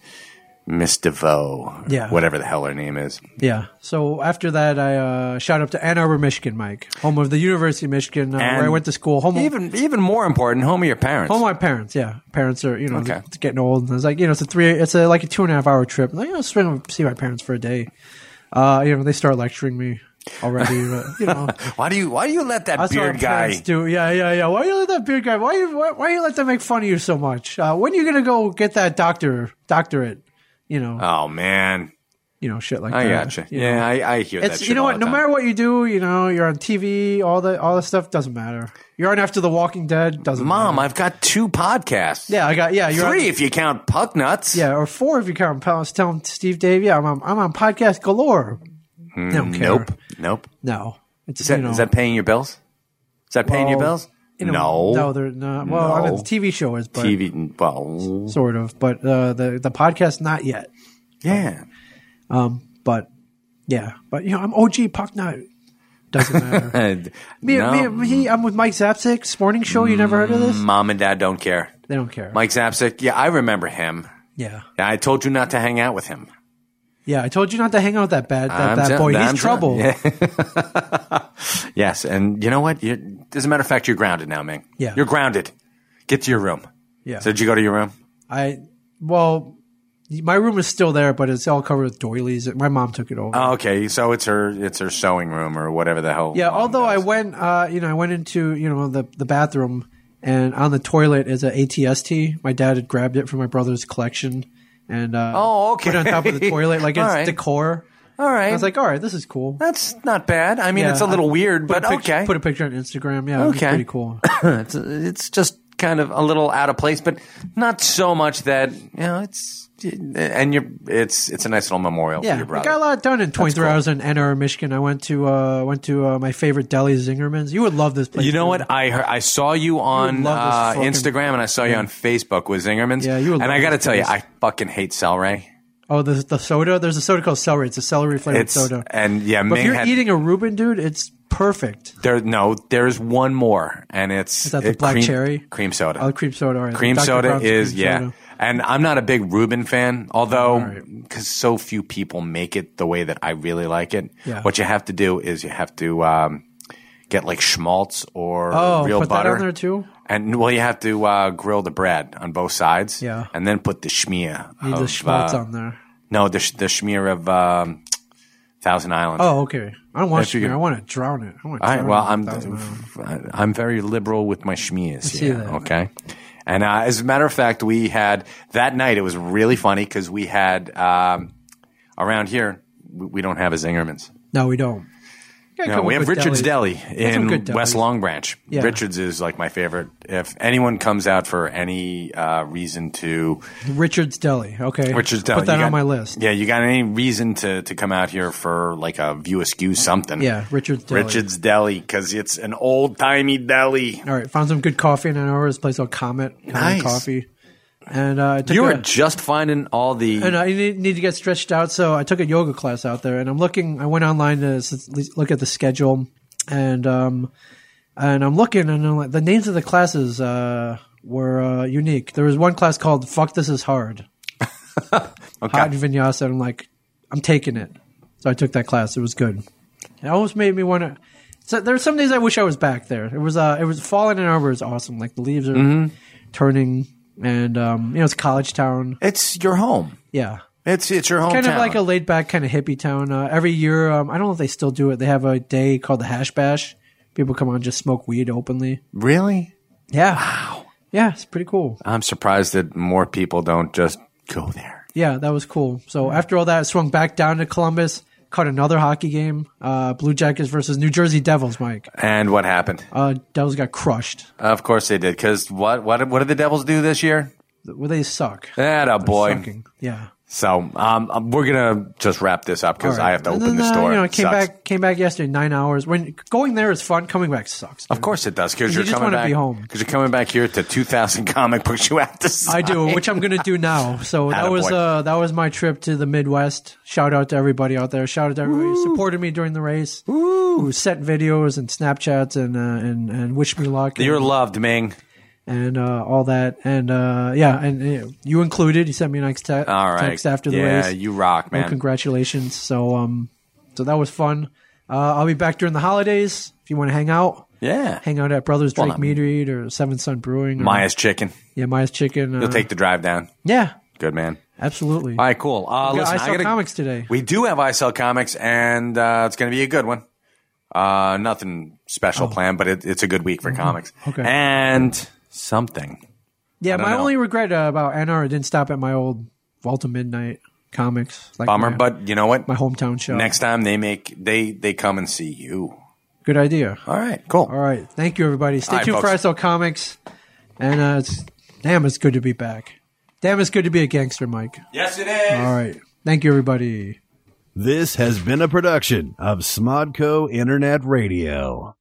[SPEAKER 2] Miss DeVoe, or
[SPEAKER 1] Yeah.
[SPEAKER 2] whatever the hell her name is.
[SPEAKER 1] Yeah. So after that, I uh, shot up to Ann Arbor, Michigan, Mike, home of the University of Michigan, uh, where I
[SPEAKER 2] And
[SPEAKER 1] went to school. Home, of,
[SPEAKER 2] Even even more important, home of your parents.
[SPEAKER 1] home of my parents. Yeah, parents are you know
[SPEAKER 2] Okay.
[SPEAKER 1] it's getting old, and it's like you know it's a three, it's a, like a two and a half hour trip. I'm like, you know, just gonna see my parents for a day. Uh, you know, they start lecturing me already. but, you know,
[SPEAKER 2] why do you why do you let that
[SPEAKER 1] that's what
[SPEAKER 2] beard
[SPEAKER 1] my
[SPEAKER 2] guy?
[SPEAKER 1] parents do. Yeah, yeah, yeah. Why you let that beard guy? Why you why, why you let them make fun of you so much? Uh, when you gonna go get that doctor doctorate? You know,
[SPEAKER 2] Oh man,
[SPEAKER 1] you know, shit like
[SPEAKER 2] I
[SPEAKER 1] that.
[SPEAKER 2] gotcha.
[SPEAKER 1] you
[SPEAKER 2] yeah,
[SPEAKER 1] know.
[SPEAKER 2] I, I hear that.
[SPEAKER 1] It's
[SPEAKER 2] Shit
[SPEAKER 1] you know
[SPEAKER 2] all
[SPEAKER 1] what?
[SPEAKER 2] the
[SPEAKER 1] No
[SPEAKER 2] time.
[SPEAKER 1] matter what you do, you know you're on TV. All the all the stuff doesn't matter. You're on After the Walking Dead. Doesn't
[SPEAKER 2] Mom,
[SPEAKER 1] matter.
[SPEAKER 2] I've got two podcasts.
[SPEAKER 1] yeah, I got yeah. You're
[SPEAKER 2] Three
[SPEAKER 1] on,
[SPEAKER 2] if you count Puck Nuts.
[SPEAKER 1] yeah, or four if you count. Pal, I was telling Steve Dave, yeah, I'm on, I'm on podcast galore. I don't care.
[SPEAKER 2] Hmm, Nope. Nope.
[SPEAKER 1] No, it's
[SPEAKER 2] Is that,
[SPEAKER 1] you know,
[SPEAKER 2] is that paying your bills? Is that paying your
[SPEAKER 1] Well,
[SPEAKER 2] bills?
[SPEAKER 1] you know,
[SPEAKER 2] no.
[SPEAKER 1] no, they're not. Well, I mean,
[SPEAKER 2] No.
[SPEAKER 1] the TV show is, but
[SPEAKER 2] TV. Well,
[SPEAKER 1] sort of, but uh, the the podcast not yet.
[SPEAKER 2] yeah.
[SPEAKER 1] But yeah, but you know, I'm OG Puck Nut. Doesn't matter.
[SPEAKER 2] And
[SPEAKER 1] me,
[SPEAKER 2] no,
[SPEAKER 1] me, he, I'm with Mike Zapsik's morning show. You never heard of this?
[SPEAKER 2] Mom and Dad don't care.
[SPEAKER 1] They don't care.
[SPEAKER 2] Mike Zapsik. Yeah, I remember him.
[SPEAKER 1] yeah.
[SPEAKER 2] Yeah, I told you not to hang out with him.
[SPEAKER 1] Yeah, I told you not to hang out with that bad that,
[SPEAKER 2] I'm
[SPEAKER 1] that
[SPEAKER 2] tell-
[SPEAKER 1] boy. He's
[SPEAKER 2] I'm tell-
[SPEAKER 1] trouble. Yeah.
[SPEAKER 2] Yeah. yes, and you know what? you as a matter of fact, you're grounded now, Ming.
[SPEAKER 1] Yeah.
[SPEAKER 2] you're grounded. Get to your room. So did you go to your room?
[SPEAKER 1] I well, my room is still there, but it's all covered with doilies. My mom took it over.
[SPEAKER 2] Oh, okay, so it's her it's her sewing room or whatever the hell.
[SPEAKER 1] yeah,
[SPEAKER 2] mom
[SPEAKER 1] although I
[SPEAKER 2] does.
[SPEAKER 1] went, uh, you know, I went into you know the the bathroom, and on the toilet is a ATST. My dad had grabbed it from my brother's collection, and uh,
[SPEAKER 2] Oh, okay.
[SPEAKER 1] put it on top of the toilet like it's
[SPEAKER 2] All right.
[SPEAKER 1] decor.
[SPEAKER 2] all right,
[SPEAKER 1] I was like, all right, this is cool.
[SPEAKER 2] that's not bad. I mean,
[SPEAKER 1] Yeah,
[SPEAKER 2] it's a little
[SPEAKER 1] I-
[SPEAKER 2] weird,
[SPEAKER 1] Put
[SPEAKER 2] but
[SPEAKER 1] a picture-
[SPEAKER 2] okay.
[SPEAKER 1] Put a picture on Instagram. Yeah, okay,
[SPEAKER 2] Okay.
[SPEAKER 1] pretty cool.
[SPEAKER 2] it's, it's just kind of a little out of place, but not so much that you know it's and you're it's it's a nice little memorial for
[SPEAKER 1] Yeah,
[SPEAKER 2] your
[SPEAKER 1] I
[SPEAKER 2] brother.
[SPEAKER 1] got a lot done in 23 hours in Ann Arbor, Michigan. I went to uh, went to uh, my favorite deli, Zingerman's. You would love this place.
[SPEAKER 2] You know
[SPEAKER 1] dude.
[SPEAKER 2] what? I heard, I saw you on
[SPEAKER 1] would love this
[SPEAKER 2] uh,
[SPEAKER 1] fucking-
[SPEAKER 2] Instagram and I saw you on Facebook with Zingerman's.
[SPEAKER 1] Yeah, you would
[SPEAKER 2] And I
[SPEAKER 1] love
[SPEAKER 2] got to
[SPEAKER 1] this
[SPEAKER 2] tell you, I
[SPEAKER 1] place.
[SPEAKER 2] fucking hate celery.
[SPEAKER 1] Oh, the the soda. There's a soda called celery. It's a celery flavored
[SPEAKER 2] It's
[SPEAKER 1] soda.
[SPEAKER 2] and yeah,
[SPEAKER 1] But if
[SPEAKER 2] Ming
[SPEAKER 1] you're
[SPEAKER 2] had,
[SPEAKER 1] eating a Reuben, dude, it's perfect.
[SPEAKER 2] there. No, there's one more, and it's
[SPEAKER 1] that the
[SPEAKER 2] it-
[SPEAKER 1] black
[SPEAKER 2] cream,
[SPEAKER 1] cherry?
[SPEAKER 2] cream soda.
[SPEAKER 1] Oh, cream soda. All right.
[SPEAKER 2] cream
[SPEAKER 1] Dr.
[SPEAKER 2] soda
[SPEAKER 1] Brown's
[SPEAKER 2] is
[SPEAKER 1] cream
[SPEAKER 2] yeah.
[SPEAKER 1] soda.
[SPEAKER 2] And I'm not a big Reuben fan, although because
[SPEAKER 1] right.
[SPEAKER 2] so few people make it the way that I really like it.
[SPEAKER 1] Yeah.
[SPEAKER 2] What you have to do is you have to um, get like schmaltz or
[SPEAKER 1] Oh,
[SPEAKER 2] real
[SPEAKER 1] put that
[SPEAKER 2] butter
[SPEAKER 1] on there too?
[SPEAKER 2] And well, you have to uh, grill the bread on both sides,
[SPEAKER 1] Yeah.
[SPEAKER 2] and then put the schmear.
[SPEAKER 1] Need
[SPEAKER 2] of,
[SPEAKER 1] the schmaltz
[SPEAKER 2] uh,
[SPEAKER 1] on there.
[SPEAKER 2] No, the sh- the schmear of um, Thousand Island.
[SPEAKER 1] Oh, okay. I don't want
[SPEAKER 2] If you
[SPEAKER 1] schmear.
[SPEAKER 2] can-
[SPEAKER 1] I want to drown it. I want to
[SPEAKER 2] All
[SPEAKER 1] drown
[SPEAKER 2] right. Well,
[SPEAKER 1] it.
[SPEAKER 2] I'm
[SPEAKER 1] That was my-
[SPEAKER 2] I'm very liberal with my schmears
[SPEAKER 1] see
[SPEAKER 2] here.
[SPEAKER 1] that.
[SPEAKER 2] Okay. And uh, as a matter of fact, we had that night. It was really funny because we had um, around here we, we don't have a Zingerman's.
[SPEAKER 1] no, we don't. Gotta
[SPEAKER 2] No,
[SPEAKER 1] come
[SPEAKER 2] we
[SPEAKER 1] up
[SPEAKER 2] have
[SPEAKER 1] with
[SPEAKER 2] Richard's
[SPEAKER 1] delis.
[SPEAKER 2] Deli
[SPEAKER 1] some good
[SPEAKER 2] in
[SPEAKER 1] delis.
[SPEAKER 2] West Long Branch.
[SPEAKER 1] Yeah.
[SPEAKER 2] Richard's is like my favorite. If anyone comes out for any uh, reason to
[SPEAKER 1] Richard's Deli. Okay.
[SPEAKER 2] Richard's Deli,
[SPEAKER 1] Put that
[SPEAKER 2] you
[SPEAKER 1] on
[SPEAKER 2] got-
[SPEAKER 1] my list.
[SPEAKER 2] Yeah, you got any reason to to come out here for like a view askew something?
[SPEAKER 1] Yeah, Richard's Deli.
[SPEAKER 2] Richard's Deli because it's an old timey deli.
[SPEAKER 1] All right. Found some good coffee in Ann Arbor. This place called Comet. Comet
[SPEAKER 2] Nice.
[SPEAKER 1] Coffee. And uh, I took
[SPEAKER 2] You were
[SPEAKER 1] a-
[SPEAKER 2] just finding all the.
[SPEAKER 1] and uh, I need, need to get stretched out. So I took a yoga class out there, and I'm looking. I went online to s- look at the schedule, and um, and I'm looking, and I'm like, the names of the classes uh, were uh, unique. There was one class called "Fuck This Is Hard," hot vinyasa. And I'm like, I'm taking it. So I took that class. It was good. It almost made me want to. So there are some days I wish I was back there. It was uh, it was fall in Ann Arbor is awesome. Like the leaves are turning, and um, you know it's a college town.
[SPEAKER 2] It's your home.
[SPEAKER 1] Yeah,
[SPEAKER 2] It's it's your hometown.
[SPEAKER 1] kind of like a laid back kind of hippie town. Uh, every year, um, I don't know if they still do it. They have a day called the Hash Bash. People come on just smoke weed openly.
[SPEAKER 2] really.
[SPEAKER 1] Yeah. Wow. Yeah, it's pretty cool.
[SPEAKER 2] I'm surprised that more people don't just go there.
[SPEAKER 1] Yeah, that was cool. So after all that, I swung back down to Columbus, caught another hockey game. Uh, Blue Jackets versus New Jersey Devils. Mike,
[SPEAKER 2] And what happened?
[SPEAKER 1] uh, Devils got crushed.
[SPEAKER 2] Of course they did. Because what what what did the Devils do this year?
[SPEAKER 1] Well, they suck.
[SPEAKER 2] That a boy.
[SPEAKER 1] Sucking. Yeah.
[SPEAKER 2] So um, um, we're gonna just wrap this up because
[SPEAKER 1] All right.
[SPEAKER 2] I have to
[SPEAKER 1] And
[SPEAKER 2] open
[SPEAKER 1] then,
[SPEAKER 2] the
[SPEAKER 1] uh,
[SPEAKER 2] store.
[SPEAKER 1] You know, I came
[SPEAKER 2] Sucks.
[SPEAKER 1] back. Came back yesterday. Nine hours. When going there is fun. Coming back sucks.
[SPEAKER 2] Of course it does because
[SPEAKER 1] You
[SPEAKER 2] you're
[SPEAKER 1] just
[SPEAKER 2] coming
[SPEAKER 1] wanna
[SPEAKER 2] back
[SPEAKER 1] be home.
[SPEAKER 2] because you're coming back here to 2,000 comic books you have to. Sign.
[SPEAKER 1] I do, which I'm going to do now. So that was
[SPEAKER 2] Attaboy.
[SPEAKER 1] uh, that was my trip to the Midwest. Shout out to everybody out there. Shout out to everybody who supported me during the race, who sent videos and Snapchats and uh, and and wished me luck
[SPEAKER 2] You're
[SPEAKER 1] and,
[SPEAKER 2] loved, Ming.
[SPEAKER 1] and uh, all that. And uh, yeah, and uh, you included. You sent me a nice te-
[SPEAKER 2] All right.
[SPEAKER 1] text after the
[SPEAKER 2] yeah,
[SPEAKER 1] race.
[SPEAKER 2] you rock,
[SPEAKER 1] Well,
[SPEAKER 2] man.
[SPEAKER 1] congratulations. So um, so that was fun. Uh, I'll be back during the holidays if you want to hang out.
[SPEAKER 2] yeah.
[SPEAKER 1] Hang out at Brothers Drake
[SPEAKER 2] not-
[SPEAKER 1] Meat Eat or Seven Sun Brewing. Or,
[SPEAKER 2] Maya's chicken.
[SPEAKER 1] yeah, Maya's Chicken. Uh,
[SPEAKER 2] You'll take the drive down.
[SPEAKER 1] yeah,
[SPEAKER 2] Good man.
[SPEAKER 1] absolutely.
[SPEAKER 2] All right, cool. Uh, listen,
[SPEAKER 1] I
[SPEAKER 2] I
[SPEAKER 1] saw
[SPEAKER 2] gotta-
[SPEAKER 1] comics today.
[SPEAKER 2] We do have ISL comics, and uh, it's going to be a good one. Uh, nothing special planned, but it, it's a good week for comics.
[SPEAKER 1] Oh. Mm-hmm. Okay.
[SPEAKER 2] And something.
[SPEAKER 1] Yeah,
[SPEAKER 2] don't
[SPEAKER 1] my
[SPEAKER 2] know.
[SPEAKER 1] only regret uh, about NR didn't stop at my old Walter Midnight comics. Like
[SPEAKER 2] Bummer,
[SPEAKER 1] my,
[SPEAKER 2] but you know what?
[SPEAKER 1] my hometown show.
[SPEAKER 2] Next time they make they they come and see you.
[SPEAKER 1] Good idea.
[SPEAKER 2] All right, cool.
[SPEAKER 1] All right, thank you everybody. Stay
[SPEAKER 2] All right,
[SPEAKER 1] tuned
[SPEAKER 2] folks.
[SPEAKER 1] for ISO Comics, and uh, it's, damn, it's good to be back. Damn, it's good to be a gangster, Mike.
[SPEAKER 2] Yes, it is.
[SPEAKER 1] All right, thank you everybody.
[SPEAKER 3] This has been a production of Smodco Internet Radio.